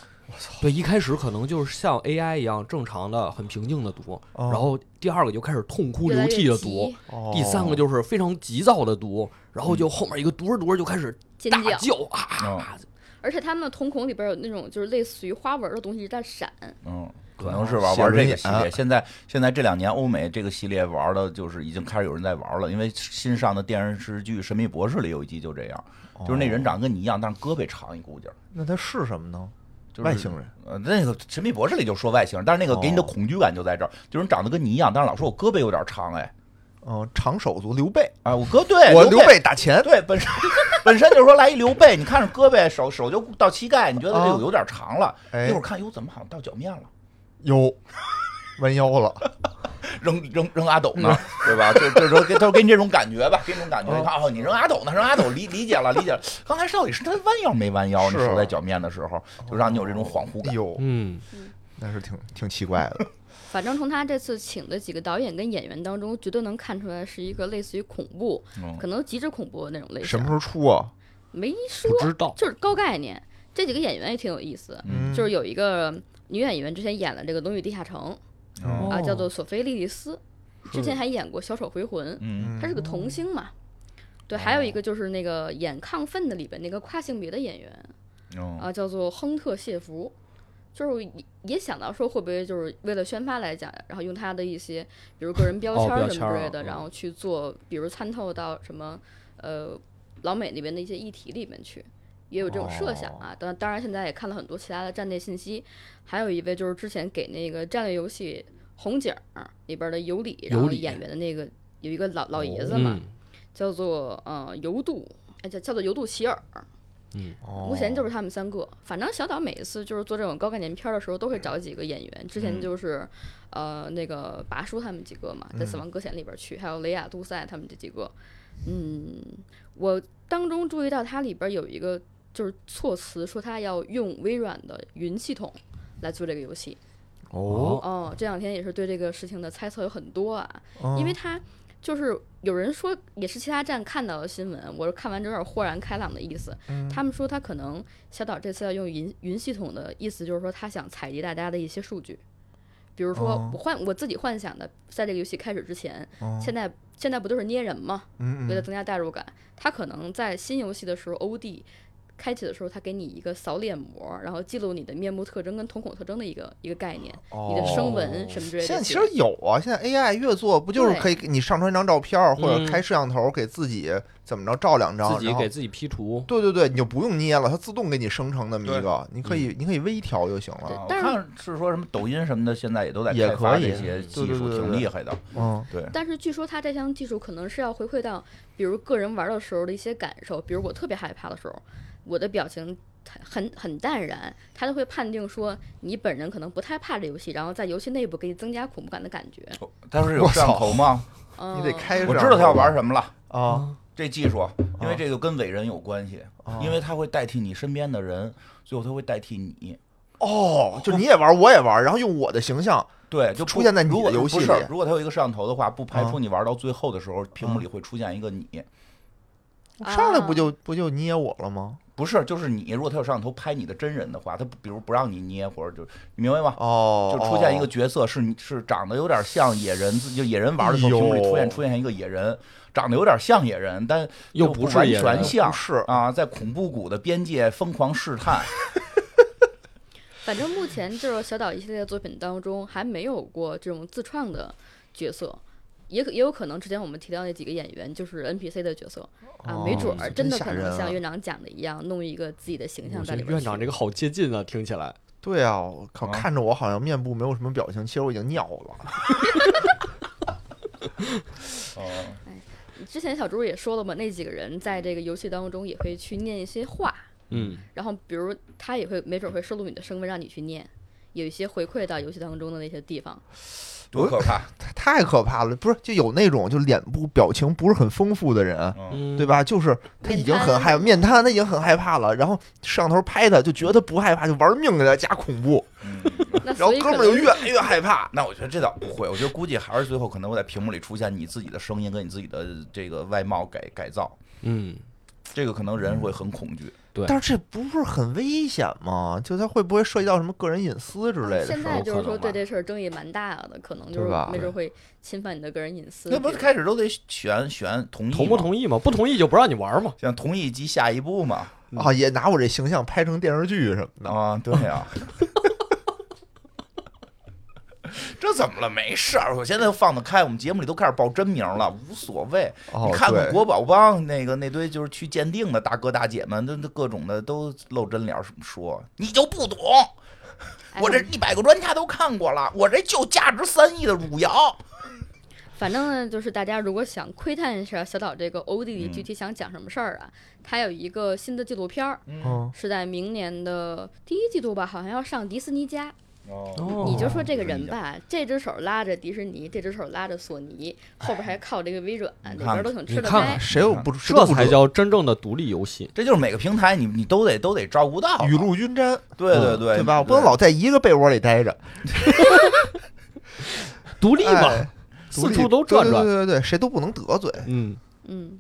对，一开始可能就是像 AI 一样正常的、很平静的读，哦然后第二个就开始痛哭越来流越涕的读急，，哦第三个就是非常急躁的读，然后就后面一个读着读着就开始尖大叫，叫啊！而且他们的瞳孔里边有那种就是类似于花纹的东西在闪，嗯，可能是玩显玩这微个眼系 列。现在现在这两年欧美这个系列玩的，就是已经开始有人在玩了，因为新上的电视剧《神秘博士》里有一集就这样，就是那人长得跟你一样，但是胳膊长一股劲儿。哦那他是什么呢？就是、外星人，呃，那个《神秘博士》里就说外星人，但是那个给你的哦恐惧感就在这儿，就是人长得跟你一样，但是老说我胳膊有点长，哎，嗯，长手足刘备，啊，我 胳对，我刘刘备打钱，对，本身本身就是说来一刘备，你看着胳膊手手就到膝盖，你觉得这啊有有点长了，哎一会儿看哟，怎么好像到脚面了，有弯腰了，扔扔扔阿斗嗯呢， 对吧？就就是说给他说给你这种感觉吧，给你这种感觉，哦你看哦，你扔阿斗呢，扔阿斗理理解了理解了，刚才到底是他弯腰没弯腰？你是啊手在脚面的时候，就让你有这种恍惚感。有，嗯，哎那是挺挺奇怪的。反正从他这次请的几个导演跟演员当中，绝对能看出来是一个类似于恐怖，哦嗯可能极致恐怖的那种类什型么时。候出啊？没说不，知道，就是高概念。这几个演员也挺有意思，嗯，就是有一个女演员之前演了这个《龙与地下城》嗯啊，哦叫做索菲莉莉丝，之前还演过《小丑回魂》，嗯，她是个童星嘛。对，还有一个就是那个演《亢奋》的里边那个跨性别的演员嗯啊，叫做亨特谢弗。就是也也想到说，会不会就是为了宣发来讲，然后用他的一些，比如个人标哦签标儿什签么儿之啊类的，嗯然后去做，比如参透到什么，呃，老美那边的一些议题里面去，也有这种设想哦啊。当、当然，现在也看了很多其他的站内信息，还有一位就是之前给那个战略游戏《红警》里边的尤里，然尤后里演员的那个有一个老老爷子嘛，嗯，叫做呃尤杜，哎叫叫做尤杜齐尔，哦目前就是他们三个。反正小岛每一次就是做这种高概念片儿的时候，都会找几个演员。之前就是，呃，那个拔叔他们几个嘛，在《死亡搁浅》里边儿去，还有雷亚杜塞他们这几个。嗯，我当中注意到它里边儿有一个就是措辞，说他要用微软的云系统来做这个游戏。哦，哦，这两天也是对这个事情的猜测有很多啊，嗯因为他就是有人说也是其他站看到的新闻，我是看完之后有点豁然开朗的意思。嗯他们说他可能小岛这次要用云云系统的意思，就是说他想采集大家的一些数据，比如说哦我幻我自己幻想的，在这个游戏开始之前，哦现在现在不都是捏人吗？嗯为了嗯增加代入感，他可能在新游戏的时候，OD 开启的时候，他给你一个扫脸膜，然后记录你的面部特征跟瞳孔特征的一个一个概念，你的声纹什么之类的。哦现在其实有啊，现在 AI 越做不就是对可以给你上传一张照片儿，或嗯者开摄像头给自己怎么着照两张，自己然后给自己 P 图，对对对，你就不用捏了，它自动给你生成那么一对个，你可以你可以微调就行了。啊我但是看是说什么抖音什么的，现在也都在也开发可以这些技对对术，对对挺对厉害的。嗯，对，但是据说他这项技术可能是要回馈到，比如个人玩的时候的一些感受，比如我特别害怕的时候，我的表情很很很淡然，他就会判定说你本人可能不太怕这游戏，然后在游戏内部给你增加恐怖感的感觉。他是有摄像头吗？嗯，你得开摄像头。我知道他要玩什么了。啊，这技术，因为这个跟伟人有关系，因为他会代替你身边的人，最后他会代替你。哦，就你也玩，我也玩，然后用我的形象。对，就不出现在你的如果游戏不是里嗯如果他有一个摄像头的话，不排除你玩到最后的时候，屏幕里会出现一个你。啊上来不就不就捏我了吗？不是，就是你。如果他有摄像头拍你的真人的话，他不比如不让你捏，或者就你明白吗？哦，就出现一个角色是你是长得有点像野人，自就野人玩的时候，哎呦屏幕里出现出现一个野人，长得有点像野人，但又不不是完野人全像不是啊，在恐怖谷的边界疯狂试探。反正目前这个小岛一系列作品当中还没有过这种自创的角色，也可也有可能之前我们提到那几个演员就是 NPC 的角色啊，没准儿哦真的吓可人能啊像院长讲的一样，弄一个自己的形象我在觉里得边院去。长这个好接近啊，听起来对啊，我靠，啊看着我好像面部没有什么表情，其实我已经尿了。哦之前小猪也说了嘛，那几个人在这个游戏当中也会去念一些话，嗯然后比如他也会没准会收录你的声纹，让你去念，有一些回馈到游戏当中的那些地方。多可怕！太太可怕了。不是，就有那种就脸部表情不是很丰富的人，嗯，嗯，对？吧？就是他已经很害面瘫，他已经很害怕了。然后摄像头拍他，就觉得他不害怕，就玩命给他加恐怖， 嗯那然后所以哥可们儿就能越来越害怕。那我觉得这倒不会，我觉得估计还是最后可能会在屏幕里出现你自己的声音跟你自己的这个外貌改改造，嗯，这个可能人会很恐惧。对但是这不是很危险吗？就他会不会涉及到什么个人隐私之类的事儿？啊现在就是可说能吧对这事儿争议蛮大的，可能就是对吧没准会侵犯你的个人隐私。那不是这开始都得选选同意吗同不？同意嘛？不同意就不让你玩嘛。像同意及下一步嘛？啊，也拿我这形象拍成电视剧什么的。啊， 对呀、这怎么了？没事儿，我现在放得开，我们节目里都开始报真名了，无所谓。哦，你看看对国宝帮那个那堆就是去鉴定的大哥大姐们，那那各种的都露真脸儿，什么说你就不懂，哎我这一百个专家都看过了，我这就价值三亿的汝窑。反正呢，就是大家如果想窥探一下小岛这个欧弟弟嗯具体想讲什么事儿啊，他有一个新的纪录片儿，嗯，嗯，是在明年的第一季度吧，好像要上迪士尼家。哦你就说这个人吧，这只手拉着迪士尼，这只手拉着索尼，后边还靠这个微软，你哪边看都挺吃哎你得看开。谁又不谁这都不才知叫真正的独立游戏。这就是每个平台你你都得都得照顾到道雨露均沾，对对嗯对，啊对吧？我不能老在一个被窝里待着，独立嘛，哎独四立处都转对转。对对对对，谁都不能得罪。嗯，嗯，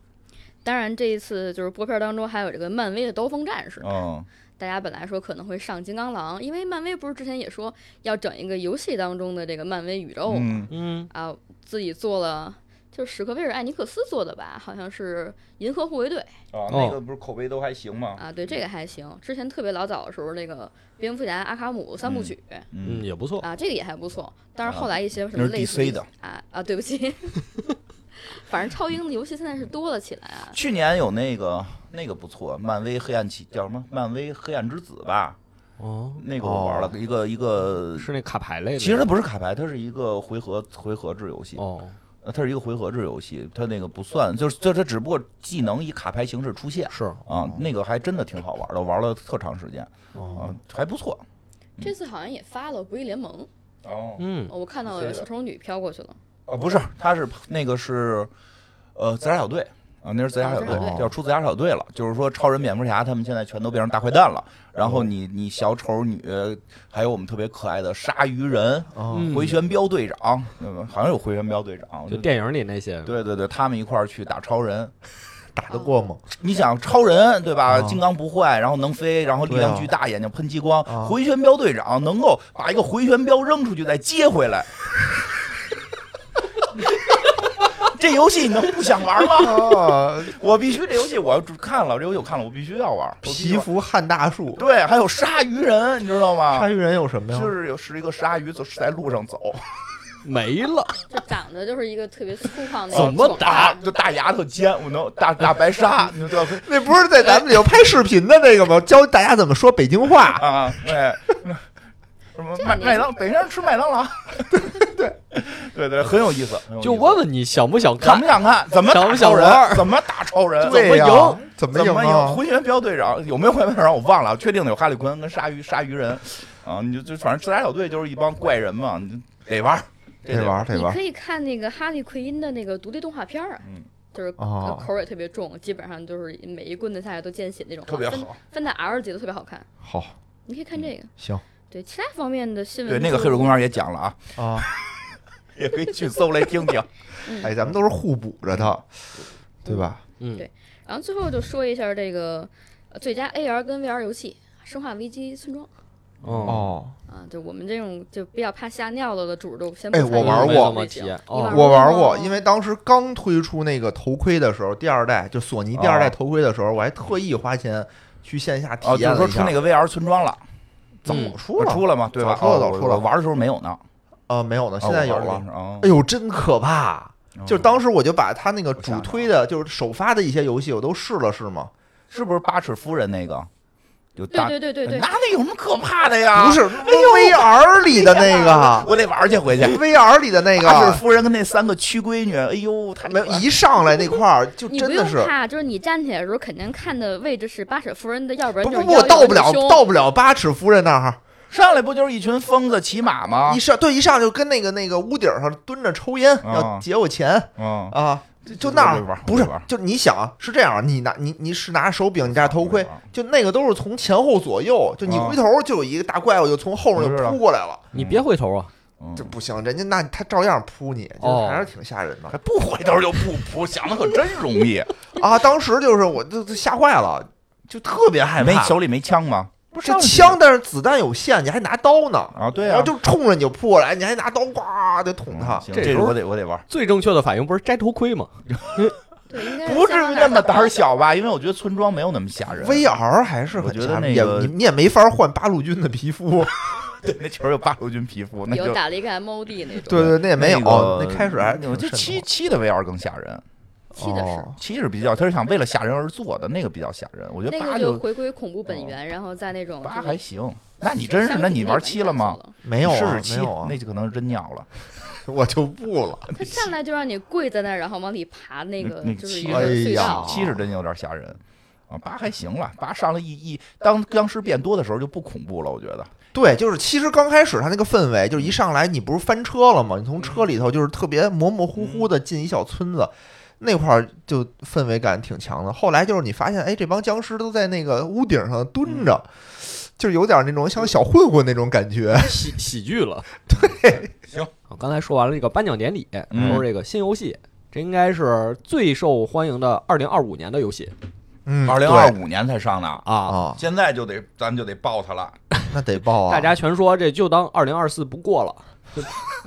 当然这一次就是播片当中还有这个漫威的刀锋战哦士，嗯，大家本来说可能会上金刚狼，因为漫威不是之前也说要整一个游戏当中的这个漫威宇宙嘛嗯嗯，啊，自己做了。就是史克威尔艾尼克斯做的吧，好像是《银河护卫队》啊，哦那个不是口碑都还行吗？啊，对这个还行。之前特别老早的时候，那个蝙蝠侠阿卡姆三部曲，嗯，也不错。啊，这个也还不错。但是啊后来一些什那么是类似于 DC 的啊啊，对不起， 反正超英的游戏现在是多了起来啊。去年有那个那个不错，漫威黑暗起叫什么？漫威黑暗之子吧，哦，那个我玩了哦一个一个。是那卡牌类的。其实它不是卡牌，它是一个回合回合制游戏，哦，呃它是一个回合制游戏，它那个不算，就是就它只不过技能以卡牌形式出现是啊，那个还真的挺好玩的，我玩了特长时间啊哦，，还不错。这次好像也发了《不义联盟哦，嗯》，我看到有小丑女飘过去了。啊，不是，它是那个是，呃，自杀小队啊，那是自杀小队哦，要出自杀小队了。就是说，超人、蝙蝠侠他们现在全都变成大坏蛋了。然后你你小丑女，还有我们特别可爱的鲨鱼人、嗯，嗯回旋镖队长，嗯好像有回旋镖队长。就电影里那些。对对对，他们一块儿去打超人。打得过吗？你想超人对吧？啊金刚不坏，然后能飞，然后力量巨大，眼睛喷激光。啊回旋镖队长能够把一个回旋镖扔出去再接回来。这游戏你能不想玩吗？啊，我必须这游戏我要看了，这游戏我看了，我必须要玩。皮肤汉大树，对，还有鲨鱼人，你知道鲨吗？鱼人有什么呀？就是有是一个鲨鱼走在路上走，没了，这长得就是一个特别粗犷 的，啊怎么大打？啊就大牙特尖，我能大大白鲨，你知道吗那不是在咱们里头拍视频的那个吗？教大家怎么说北京 话。啊，对，什么麦麦当，北上吃麦当劳，对对对对，很有意思，很有意思就问问你想不想想看不？想看，怎么想打不想超玩人，儿怎么打超人，对呀怎么赢？怎么怎赢么啊赢？？回旋镖队长有没有回旋镖队长我忘了，确定的有哈利坤跟鲨鱼鲨鱼人啊，你就就反正自杀小队就是一帮怪人嘛，你就得玩儿，这得玩儿，得你玩儿可以看那个哈利奎因的那个独立动画片儿啊，嗯就是呃哦口儿也特别重，基本上就是每一棍子下来都见血那种，特别分好。嗯分在 R 级的特别好看，好，你可以看这个。行对其他方面的新闻对，就，那个黑水公园也讲了啊，啊。也可以去搜来听听。哎，咱们都是互补着的，对吧？嗯对，然后最后就说一下这个呃最佳 AR 跟 VR 游戏《生化危机：村庄》哦，哦，啊，就我们这种就比较怕吓尿了的主都先不哎参与我玩这过个没背怎景么体验你玩哦我玩吗过，因为当时刚推出那个头盔的时候，第二代就索尼第二代头盔的时候，我还特意花钱去线下体哦哦，就是验了说一出下那。个 VR 村庄了，早嗯出了出了嘛，对吧？早出了哦早出了我玩的时候没有呢，啊，没有呢，现在有了。啊哎，呦，真可怕！哦就是当时我就把他那个我想主想推的，就是首发的一些游戏，我都试了试嘛。是不是八尺夫人那个？就对大对对对对那，那有什么可怕的呀？不，是 VR 里的那个我得玩去回去。 ，VR 里的那阿尔个，夫人跟那三个屈闺女，哎呦，太没有可一上来那块儿就你不真用的是，怕，就是你站起来的时候，肯定看的位置是八尺夫人的，要不然不就是不腰不，要到不不然了就胸到不了八尺夫人那儿，上来不就是一群疯子骑马吗一？上对一上就跟那个那个屋顶上蹲着抽烟，啊要劫我钱嗯，啊，就那我这玩儿儿不是我这玩儿，就你想啊是这样啊，你拿你你是拿手柄，你戴头盔，就那个都是从前后左右，就你啊回头就有一个大怪物就从后面我知就道扑过来了，你别回头啊！嗯这不行，人家那他照样扑你，就哦还是挺吓人的还不回头就不扑，想的可真容 易。啊！当时就是我就就吓坏了，就特别害没怕。手里没枪吗？不是枪，但是子弹有限，你还拿刀呢。啊，对然啊后，就啊冲着你就扑过来，你还拿刀呱就捅他嗯。行这这时个候我得我得玩。最正确的反应不是摘头盔吗？对，应该是不至相当于大那么的胆儿。小吧？因为我觉得村庄没有那么吓人。 VR 还是我很觉得吓人，那也个你你也没法换八路军的 皮肤，对， 那球有八路军皮肤，那有就打了一个 MOD 那种，对对，那也没有。那个那开始还挺就七瘆七的 VR 更吓人，七得的慌是。哦七是比较，他是想为了吓人而做的，那个比较吓人。我觉得那八个就就回归恐怖本源，然后在那种八就是还行。那你真是，相那比你那玩种七了吗？？没有你试啊试七没有啊，，那就可能是真尿了。 我就不了。他上来就让你跪在那儿，然后往里爬那个那就是一七个隧哎道呀。七是真有点吓人。啊，八还行了，八上了一一，当僵尸变多的时候就不恐怖了，我觉得。对，就是其实刚开始他那个氛围，就是一上来你不是翻车了吗？你从车里头就是特别模模糊糊的嗯进一小村子，那块儿就氛围感挺强的。后来就是你发现，哎，这帮僵尸都在那个屋顶上蹲着，嗯就是有点那种像小混混那种感觉。 喜喜剧了。 对，行。刚才说完了这个颁奖典礼，嗯说这个新游戏，这应该是最受欢迎的二零二五年的游戏嗯，二零二五年才上呢，啊、啊。现在就得咱们就得爆它了。那得报啊！大家全说这就当二零二四不过了， 就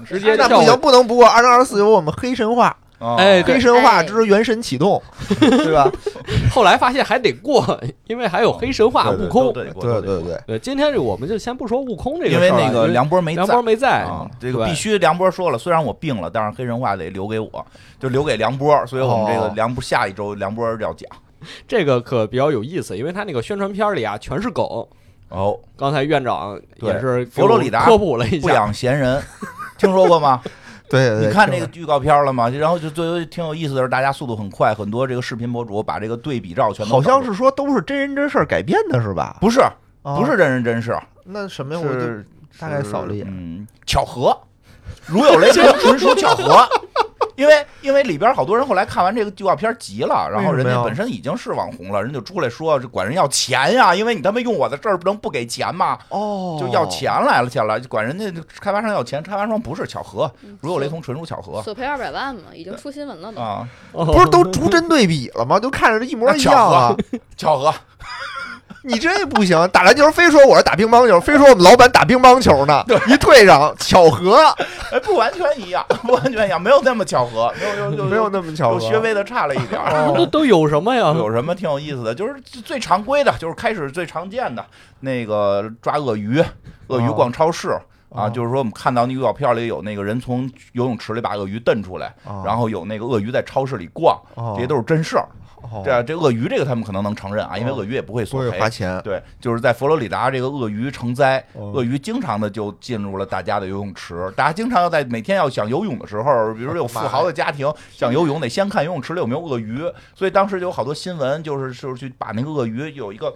直接那照不行，不能不过二零二四有我们黑神话，啊哎对黑神话之原神启动，对吧？后来发现还得过， 因为还有黑神话悟空。对对对对，对，今天这我们就先不说悟空这个因事为儿了，啊那个梁波没梁在波。没嗯在啊，这个对必须梁波说了，虽然我病了，但是黑人话得留给我，就留给梁波，所以我们这个哦梁波下一周梁波要讲。这个可比较有意思，因为他那个宣传片里啊全是梗。哦，刚才院长也对是佛罗里达给我科普了一不下，养闲人，听说过吗？对 对对，你看听这个预告片了吗？然后就最后挺有意思的是，大家速度很快，很多这个视频博主把这个对比照全着都好像找出是说都是真人真事儿改编的是吧？不是啊不是真人真事，那什么呀？我就是大概扫了一眼嗯，巧合，如有雷同，纯属巧合。因为因为里边好多人后来看完这个预告片急了，然后为什人么呀家本身已经是网红了，人就出来说这管人要钱呀，因为你他妈用我的事儿不能不给钱嘛，哦，就要 钱来了去了，就管人家开发商要钱，开发商不是巧合，嗯如有雷，同，纯属巧啊合索赔二百万嘛，已经出新闻了嘛。啊，哦不是都逐帧对比了吗？都看着一模那一巧样啊合！，巧合，你这不行，打篮球非说我是打乒乓球，非说我们老板打乒乓球呢，一对上巧合，哎，不完全一样，不完全一样，没有那么巧合，没有有没有那么巧有合。啊稍微的差了一点儿。都都有什么呀？有什么挺有意思的？就是最常规的，就是开始最常见的那个抓鳄鱼，鳄鱼逛超市。啊，哦就是说我们看到那预告片里有那个人从游泳池里把鳄鱼蹬出来，哦然后有那个鳄鱼在超市里逛，哦这些都是真事儿。哦这这鳄鱼这个他们可能能承认啊，因为哦鳄鱼也不会不索会赔花。钱，对，就是在佛罗里达这个鳄鱼成灾，哦鳄鱼经常的就进入了大家的游泳池，大家经常要在每天要想游泳的时候，比如说有富豪的家庭想游泳，得先看游泳池里有没有鳄鱼，所以当时就有好多新闻，就是就是去把那个鳄鱼有一个。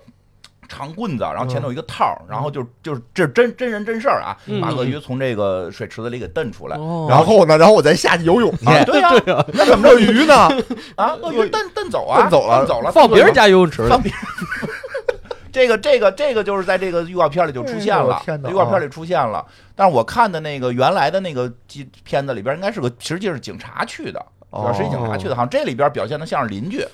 长棍子，然后前头有一个套儿，然后就就是这是真真人真事儿啊，嗯把鳄鱼从这个水池子里给蹬出来，哦然后呢，然后我再下去游泳去。啊对呀、对啊，那怎么着 鱼呢？啊，鳄鱼蹬蹬走啊，蹬走了蹬走了，嗯放别人家。家游泳池放别人。这个这个这个就是在这个预告片里就出现哎呦了我，天哪预告片里出现了。但是我看的那个原来的那个纪片子里边，应该是个实际是警察去的，主要是一警察哦去的，好像这里边表现的像是邻居，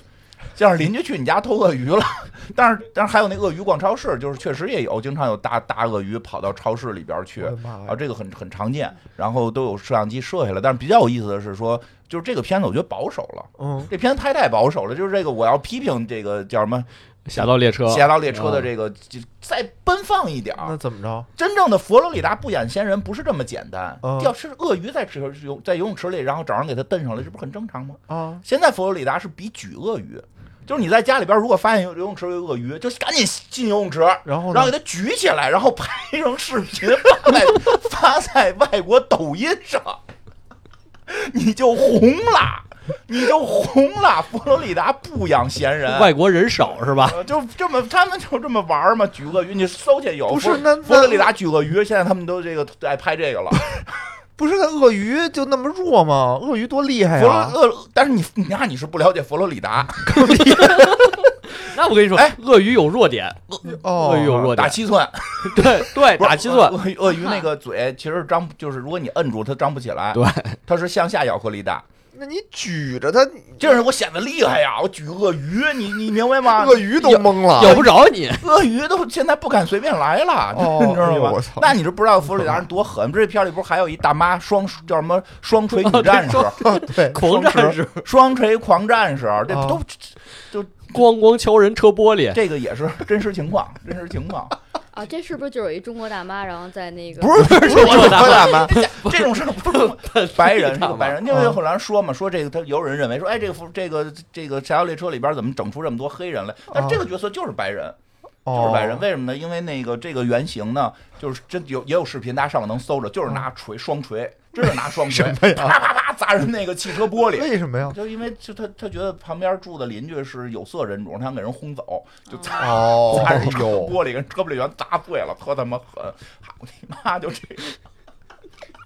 像是邻居去你家偷鳄鱼了。 但是但是还有那鳄鱼逛超市，就是确实也有，经常有大大鳄鱼跑到超市里边去。哦我的妈啊，呀！这个很很常见，然后都有摄像机摄下来。但是比较有意思的是说，就是这个片子我觉得保守了，嗯，这片子太太保守了。就是这个我要批评这个叫什么侠盗猎车， 《侠盗猎车》的这个就再奔放一点嗯那儿。怎么着？真正的佛罗里达不养闲人不是这么简单嗯，要是鳄鱼在池游在游泳池里，然后找人给它蹬上来，这不是很正常吗？啊，现在佛罗里达是比举鳄鱼，就是你在家里边如果发现游泳池有鳄鱼，就赶紧进游泳池，然后然呢后给？它举起来，然后拍成视频发在 发在外国抖音上， 你就红了，你就红了。佛罗里达不养闲人，外国人少是吧？呃就这么他们就这么玩儿嘛，举鳄鱼，你搜去有不佛是那佛罗里那达举鳄鱼，现在他们都这个爱拍这个了。不是那鳄鱼就那么弱吗？鳄鱼多厉害佛罗哎呀！呃，但是你那你是不了解佛罗里达，那我跟你说哎，鳄鱼有 弱点，哦鳄鱼有弱打点，七寸，对哎对，不是打七寸，鳄鳄鳄鱼那个嘴其实张就是如果你摁住它张不起来，对，它是向下咬颗粒蛋。那你举着它，这样我显得厉害呀，我举鳄鱼，你你明白吗？鳄鱼都懵了。咬不 着你。鳄鱼都现在不敢随便来了，哦你知道哎呦吗？我操那你就不知道佛罗里达人多狠。这片儿里不是还有一大妈双叫什么双锤女战士、哦对，狂战士双锤狂战士，这啊都咣咣敲人车玻璃，这个也是真实情况，真实情况。啊，这是不是就有一中国大妈，然后在那个不是不是我打大妈，这种事儿不是 白人，是个白人，因为嗯后来说嘛，说这个他有人认为说，哎，这个服这个这个《侠盗猎车》里边怎么整出这么多黑人来？但是这个角色就是白人，就是白人。哦为什么呢？因为那个这个原型呢，就是真有也有视频，大家上网能搜着，就是拿锤双锤，真是拿双锤，啪啪啪砸人那个汽车玻璃。为什么呀？就因为就他他觉得旁边住的邻居是有色人种，他想给人轰走，就啊砸哦砸人车 有，玻璃，跟车玻璃员砸碎了，特他妈狠！好你妈就这，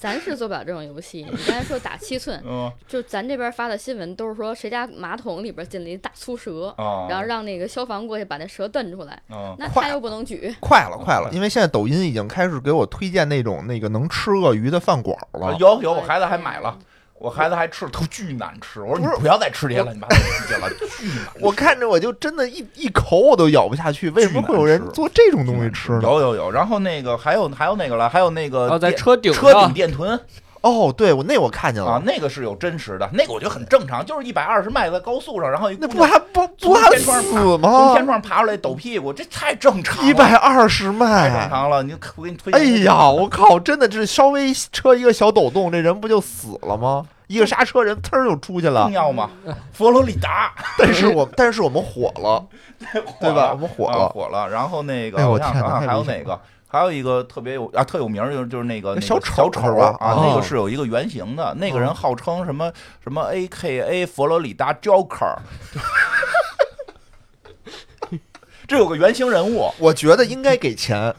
咱是做不了这种游戏。你刚才说打七寸，嗯就咱这边发的新闻都是说谁家马桶里边进了一大粗蛇，啊，然后让那个消防过去把那蛇蹬出来，嗯。那哦快啊他又不能举，快了快了，因为现在抖音已经开始给我推荐那种那个能吃鳄鱼的饭馆啊了。有有，我孩子还买了，我孩子还吃了，都巨难吃。我说不你是不要再吃这些了，你把它拒绝了，巨难吃。我看着我就真的一一口我都咬不下去，为什么会有人做这种 东西吃呢？有有有，然后那个还有还有那个了，还有那然后个哦在电车顶车顶上电臀哦，对，我那我看见啊了，，那个是有真实的，那个我觉得很正常，就是一百二十迈在高速上，然后一那姑不娘还不不还死从吗天？窗爬出来抖屁股，这太正常了，一百二十太正迈。常了。你我给你推哎荐一个，呀，我靠！真的，这稍微车一个小抖动，这人不就死了吗？一个刹车，人呲儿就出去了重。要吗？佛罗里达，但是我，但是我们火了， 对吧？我们火啊了。火了。然后那个，哎呦我我想天想哪啊太还有危险哪个？还有一个特别有啊，特有名儿，就是就是那个那个小丑丑是啊吧，哦啊那个哦是有一个原型的，那个人号称什么什么 A K A 佛罗里达 Joker，这有个原型人物，我觉得应该给 钱，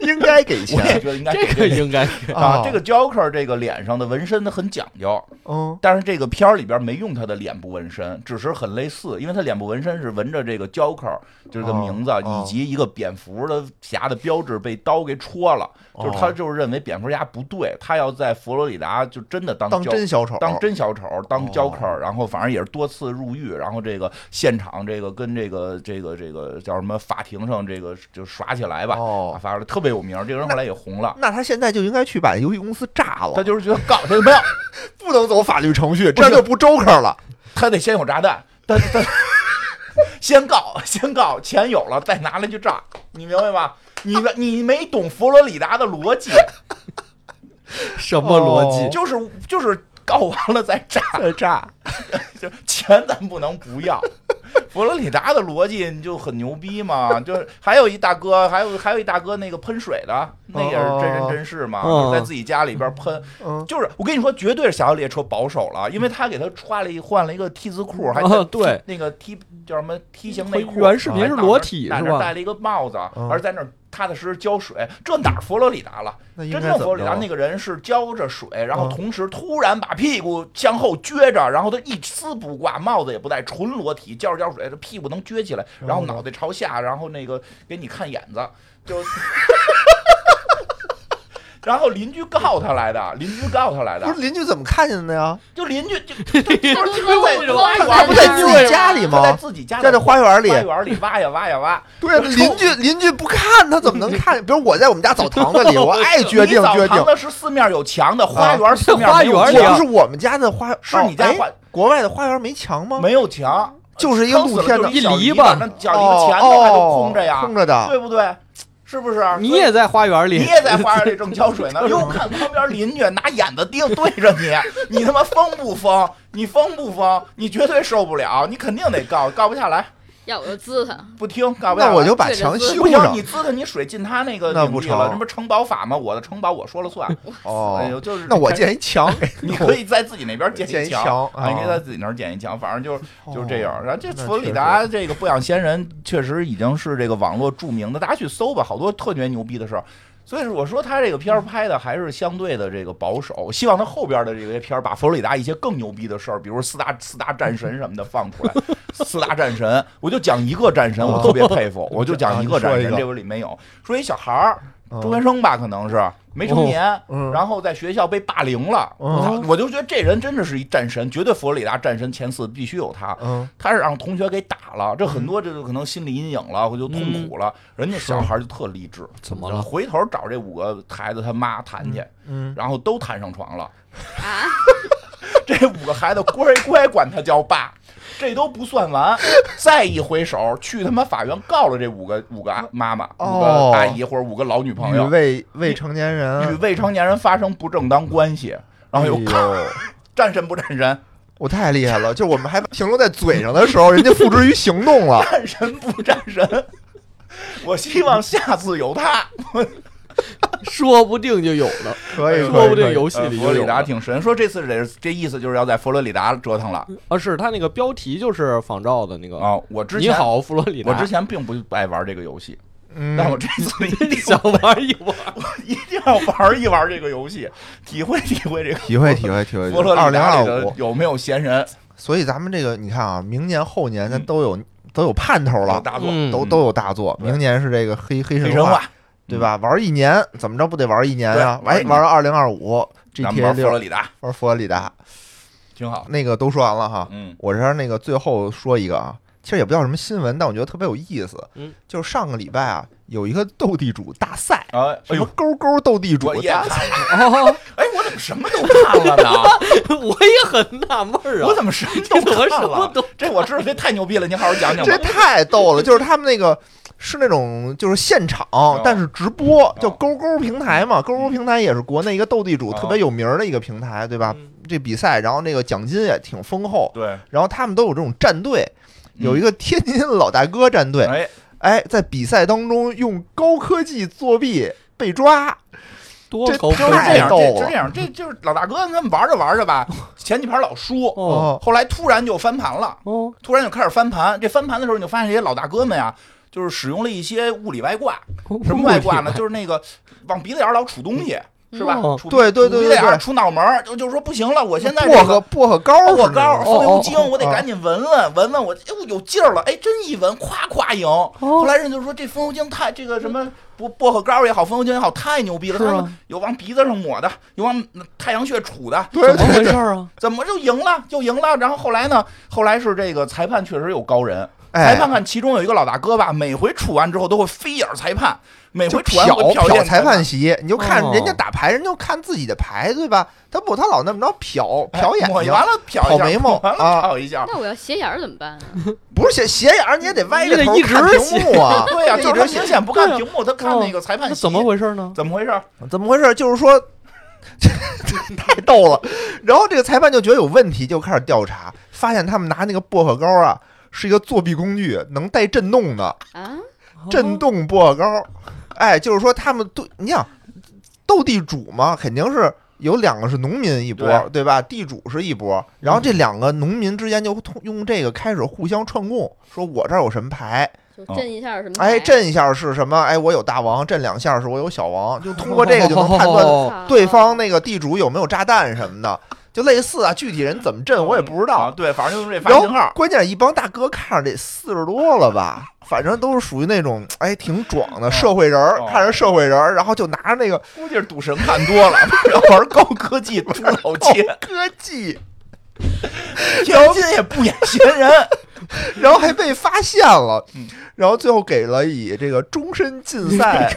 应该给我也觉钱。得应该这给个这个应该哦啊，这个 Joker 这个脸上的纹身它很讲究，嗯，但是这个片儿里边没用他的脸部纹身，只是很类似，因为他脸部纹身是纹着这个 Joker 就是这个哦名字，哦以及一个蝙蝠的侠的标志被刀给戳了，就是他哦就是认为蝙蝠侠不对，他要在佛罗里达就真的当当 Joker- 真小丑，当真小丑，当哦 Joker，、然后反正也是多次入狱，然后这个现场这个跟这个这个这个叫什么法庭上这个就耍起来吧，啊哦，反正特别有名，这个人后来也红了。那他现在就应该去把游戏公司炸他了，就是觉得告他没有，不能走法律程序，不这是样就不周克了。他得先有炸弹，他他 先告先告，钱有了再拿来去炸，你明白吗？你你没懂佛罗里达的逻辑，什么逻哦辑？就是就是告完了再炸，再炸，就钱咱不能不要。佛罗里达的逻辑你就很牛逼嘛，就是还有一大哥，还有还有一大哥那个喷水的，那也是真人真事嘛，哦就是在自己家里边喷，嗯，就是我跟你说，绝对是《侠盗猎车》保守了，因为他给他穿了一换了一个 T 字裤，还、啊对那个 T 叫什么 T 型内裤，原视频是裸体还戴是那儿吧戴？了一个帽子，嗯而在那儿踏踏实实浇水，这哪儿佛罗里达了？那应真该正怎佛罗么里达着？那个人是浇着水，然后嗯同时突然把屁股向后撅着，然后他一丝不挂，帽子也不戴，纯裸体浇着浇水，这屁股能撅起来，然嗯然后后呢脑袋朝下，然后那个给你看眼子，就。 然后邻居告他来的，邻居告他来的不，是邻居怎么看见的呀？就邻居 就就就就都是在 都花都园不在自己对家里他在吗？自己家在这的花园里，花园里挖呀挖呀挖，对啊，就邻居邻居不看他怎么能看见？比如我在我们家澡 堂子里，我爱撅你腚澡撅堂腚，子是四面有墙的，花园四面没有花我园里啊墙不是我们家的花，是你家花哦哎国外的花园没墙吗？没有墙，就是一个露天的坑死了就是一篱篱笆那脚篱笆前头还都空着哦呀空，着的。对不对？是不是？你也在花园里，你也在花园里正浇水 呢，又看旁边邻居拿眼子盯对着你，你他妈疯不疯？你疯不疯？你绝对受不了，你肯定得告，告不下来。要我就滋他，不听，告不那了啊我就把墙修哎不行，上你。滋他，你水进他那个那领不地了，成什么城堡法嘛，我的城堡我说了算。哎哦，呦，就是那我看建一墙，你可以在自己那边 建建一墙，墙，啊，你可以在哦自己那儿建一墙，反正就是就是这样。然后这那佛罗里达这个不养仙人，确实已经是这个网络著名的，大家去搜吧，好多特别牛逼的事儿。所以我说他这个片儿拍的还是相对的这个保守，希望他后边的这个片儿把佛罗里达一些更牛逼的事儿，比如四大四大战神什么的放出来。四大战神，我就讲一个战神，我特别佩服，我就讲一个啊战你说一神，个这部里没有。说一小孩儿，嗯中学生吧，可能是没成年，嗯然后在学校被霸凌了，嗯我操！我就觉得这人真的是一战神，绝对佛罗里达战神前四必须有他。嗯，他是让同学给打了，这很多这就可能心理阴影了，或者就痛苦了。嗯人家小孩就特励志，怎么了？回头找这五个孩子他妈谈去，嗯，然后都谈上床了。 啊，这五个孩子乖 乖管他叫爸，这都不算完，再一回手去他妈法院告了这五个五个啊妈妈、五哦个阿姨或者五个老女朋与友未未成年与人，未成年人发生不正当关系，然后又哎呦 战神不战神？我太厉害了！就是我们还停留在嘴上的时候，人家付之于行动了。 战神不战神？ 我希望下次有他。 说不定就有了，可以，说不定可以游戏呃里佛就罗有里达了。挺神，说这次这这意思就是要在佛罗里达折腾了啊，是他那个标题就是仿照的那个。啊！我之你前，好，佛罗里达。我之 前并不爱玩这个游戏，嗯但我这次一定想玩一玩，一定要玩一玩这个游戏，体会体会这个体会体会体会佛罗二里零达二里的五，有没有闲人所以咱们这个你看啊，明年后年咱嗯都有都有盼头有了，大作嗯都都有大作。对明年是这个黑黑黑神神话，嗯对吧？玩一年怎么着不得玩一年啊？对玩哎一，年玩二零二五咱们玩佛 GTA 罗六，里达玩佛罗里达，挺好。那个都说完了哈。嗯，我这儿那个最后说一个啊，其实也不叫什么新闻，但我觉得特别有意思。嗯，就是上个礼拜啊，有一个斗地主大赛，哎，什哎么呦，勾勾斗地主我也大看赛，了，哦，哎，我怎么什么都看了呢？ 我也很纳闷儿啊，我怎么什么都这怎么看什么了？都这我知道，这太牛逼了，您好好讲讲吧这。太逗了。就是他们那个是那种就是现场，哦但是直播，叫勾勾平台嘛。勾勾平台也是国内一个斗地主哦特别有名儿的一个平台，对吧？嗯这比赛，然后那个奖金也挺丰厚，对，然后他们都有这种战队。嗯有一个天津老大哥战队，哎，哎，在比赛当中用高科技作弊被抓，多这高就是科这技样，太逗这了就这样，这就是老大哥他们玩着玩着吧，前几盘老输，哦后来突然就翻盘了，哦，突然就开始翻盘。这翻盘的时候，你就发现这些老大哥们呀，就是使用了一些物理外挂，什么外挂啊呢？哦就是那个往鼻子眼儿老杵东西，是吧？哦杵对对对杵鼻对子眼儿对杵脑门儿，就就说不行了，我现在薄这荷个。薄荷膏，我膏风油精，哦哦我得赶紧闻闻闻闻，我哎我有劲儿了，哎真一闻，夸夸赢。后来人就说这风油精太这个什么薄薄荷膏也好，风油精也好，太牛逼了。是啊他们有往鼻子上抹的，有往太阳穴杵的，对对怎么回事对，儿啊？怎么就赢了？就赢了。然后后来呢？后来是这个裁判确实有高人，裁哎判，看其中有一个老大哥吧，每回杵完之后都会飞眼儿裁判，每就回杵完瞟会瞟一瞟眼裁判。席，你就看哦人家打牌，人就看自己的牌，对吧？他不，他老那么着瞟瞟眼哎抹完睛，了瞟一下，挑眉毛抹完了啊瞟一下。那我要斜眼儿怎么办啊？不是斜斜眼儿，你也得歪着头你得一直看屏幕啊。 对 呀、一就是直他写明显不看对啊屏幕，他看那个裁判那席。怎么回事呢？怎么回事？怎么回事？就是说， 太逗了。然后这个裁判就觉得有问题，就开始调查，发现他们拿那个薄荷膏啊，是一个作弊工具，能带震动的。啊，哦震动薄荷膏。哎，就是说他们对，你想斗地主嘛，肯定是有两个是农民一波，对对吧？地主是一波，然后这两个农民之间就通用这个开始互相串供，说我这儿有什么牌，就震一下什么？哎，，震一下是什么？哎，我有大王，震两下是我有小王，就通过这个就能判断哦对方那个地主有没有炸弹什么的，就类似啊，具体人怎么震我也不知道啊。。对，反正就是这发然后信号。关键一帮大哥看着得四十多了吧，反正都是属于那种哎挺壮的哦社会人儿哦，看着社会人儿，然后就拿着 那个估计是赌神看多了， 要玩高科技猪脑高切，科技，天津也不演闲人。然后还被发现了嗯，然后最后给了以这个 终身禁赛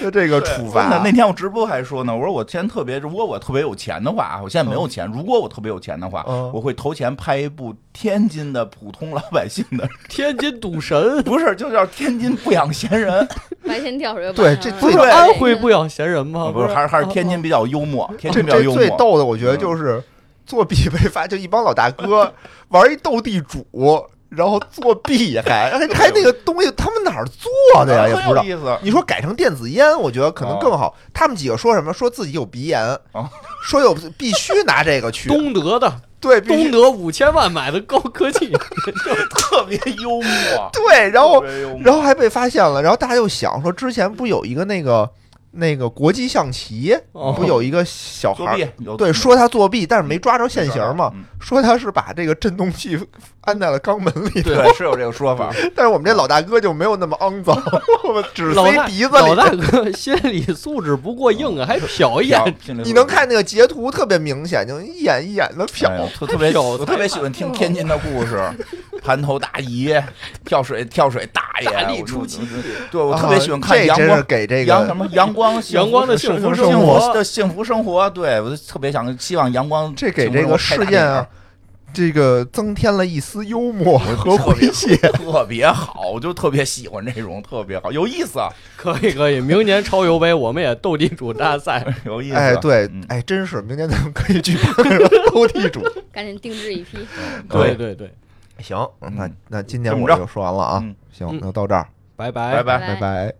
的 这个处真的，罚那。天我直播还说呢，我说我现在特别，如果我特别有钱的话啊，我现在没有钱，如果我特别有钱的话，嗯我会投钱拍一部天津的普通老百姓 的，天津赌神不是，就叫天津不养闲人，白天跳水，对晚上这不最不是对安徽不养闲人哦吗？啊啊不是，还是还是天津比较幽默，天津这比较这幽最默。逗的，我觉得就是作弊被罚，就一帮老大哥玩一斗地主，然后作弊 还还还那个东西，他们哪儿做的呀？也不知道很。有意思。你说改成电子烟，我觉得可能哦更好。他们几个说什么？说自己有鼻炎，哦 说有必须拿这个去。东德的，对，必须，东德五千万买的高科技，特别幽默对， 然后特别幽默然后还被发现了，然后大家又想说，之前不有一个那个那个国际象棋，哦不有一个小孩作儿弊有对说他作弊，但是没抓着现行嘛，嗯说他是把这个振动器安在了肛门里 头，对，是有这个说法。但是我们这老大哥就没有那么肮 脏，我们只老塞大鼻子老大里。哥心理素质不过硬啊，还瞟一眼瞟听着你能看那个截图特别明显，就一眼一眼的瞟。哎呦特特别瞟我特别喜欢听天津的故事，盘头大姨，跳水跳水大爷，大力我出奇我对我特别喜欢啊看这阳真是光。给这阳什个么阳光幸福阳光的幸幸福生生活的幸福生活，对我就特别想希望阳光这给幸福这生活个拍事大件电影啊，这个增添了一丝幽默和特别诙谐。特别好，我就特别喜欢这种特别好，有意思，啊可以可以，明年超游杯我们也斗地主大赛，有意思。哎，对嗯，哎，真是，明年咱们 可以举办个斗 地主。赶紧定制一批。对对对，行，那嗯那今年这么我着就说完了啊嗯。行嗯，那就到这儿，拜拜拜拜。拜拜拜。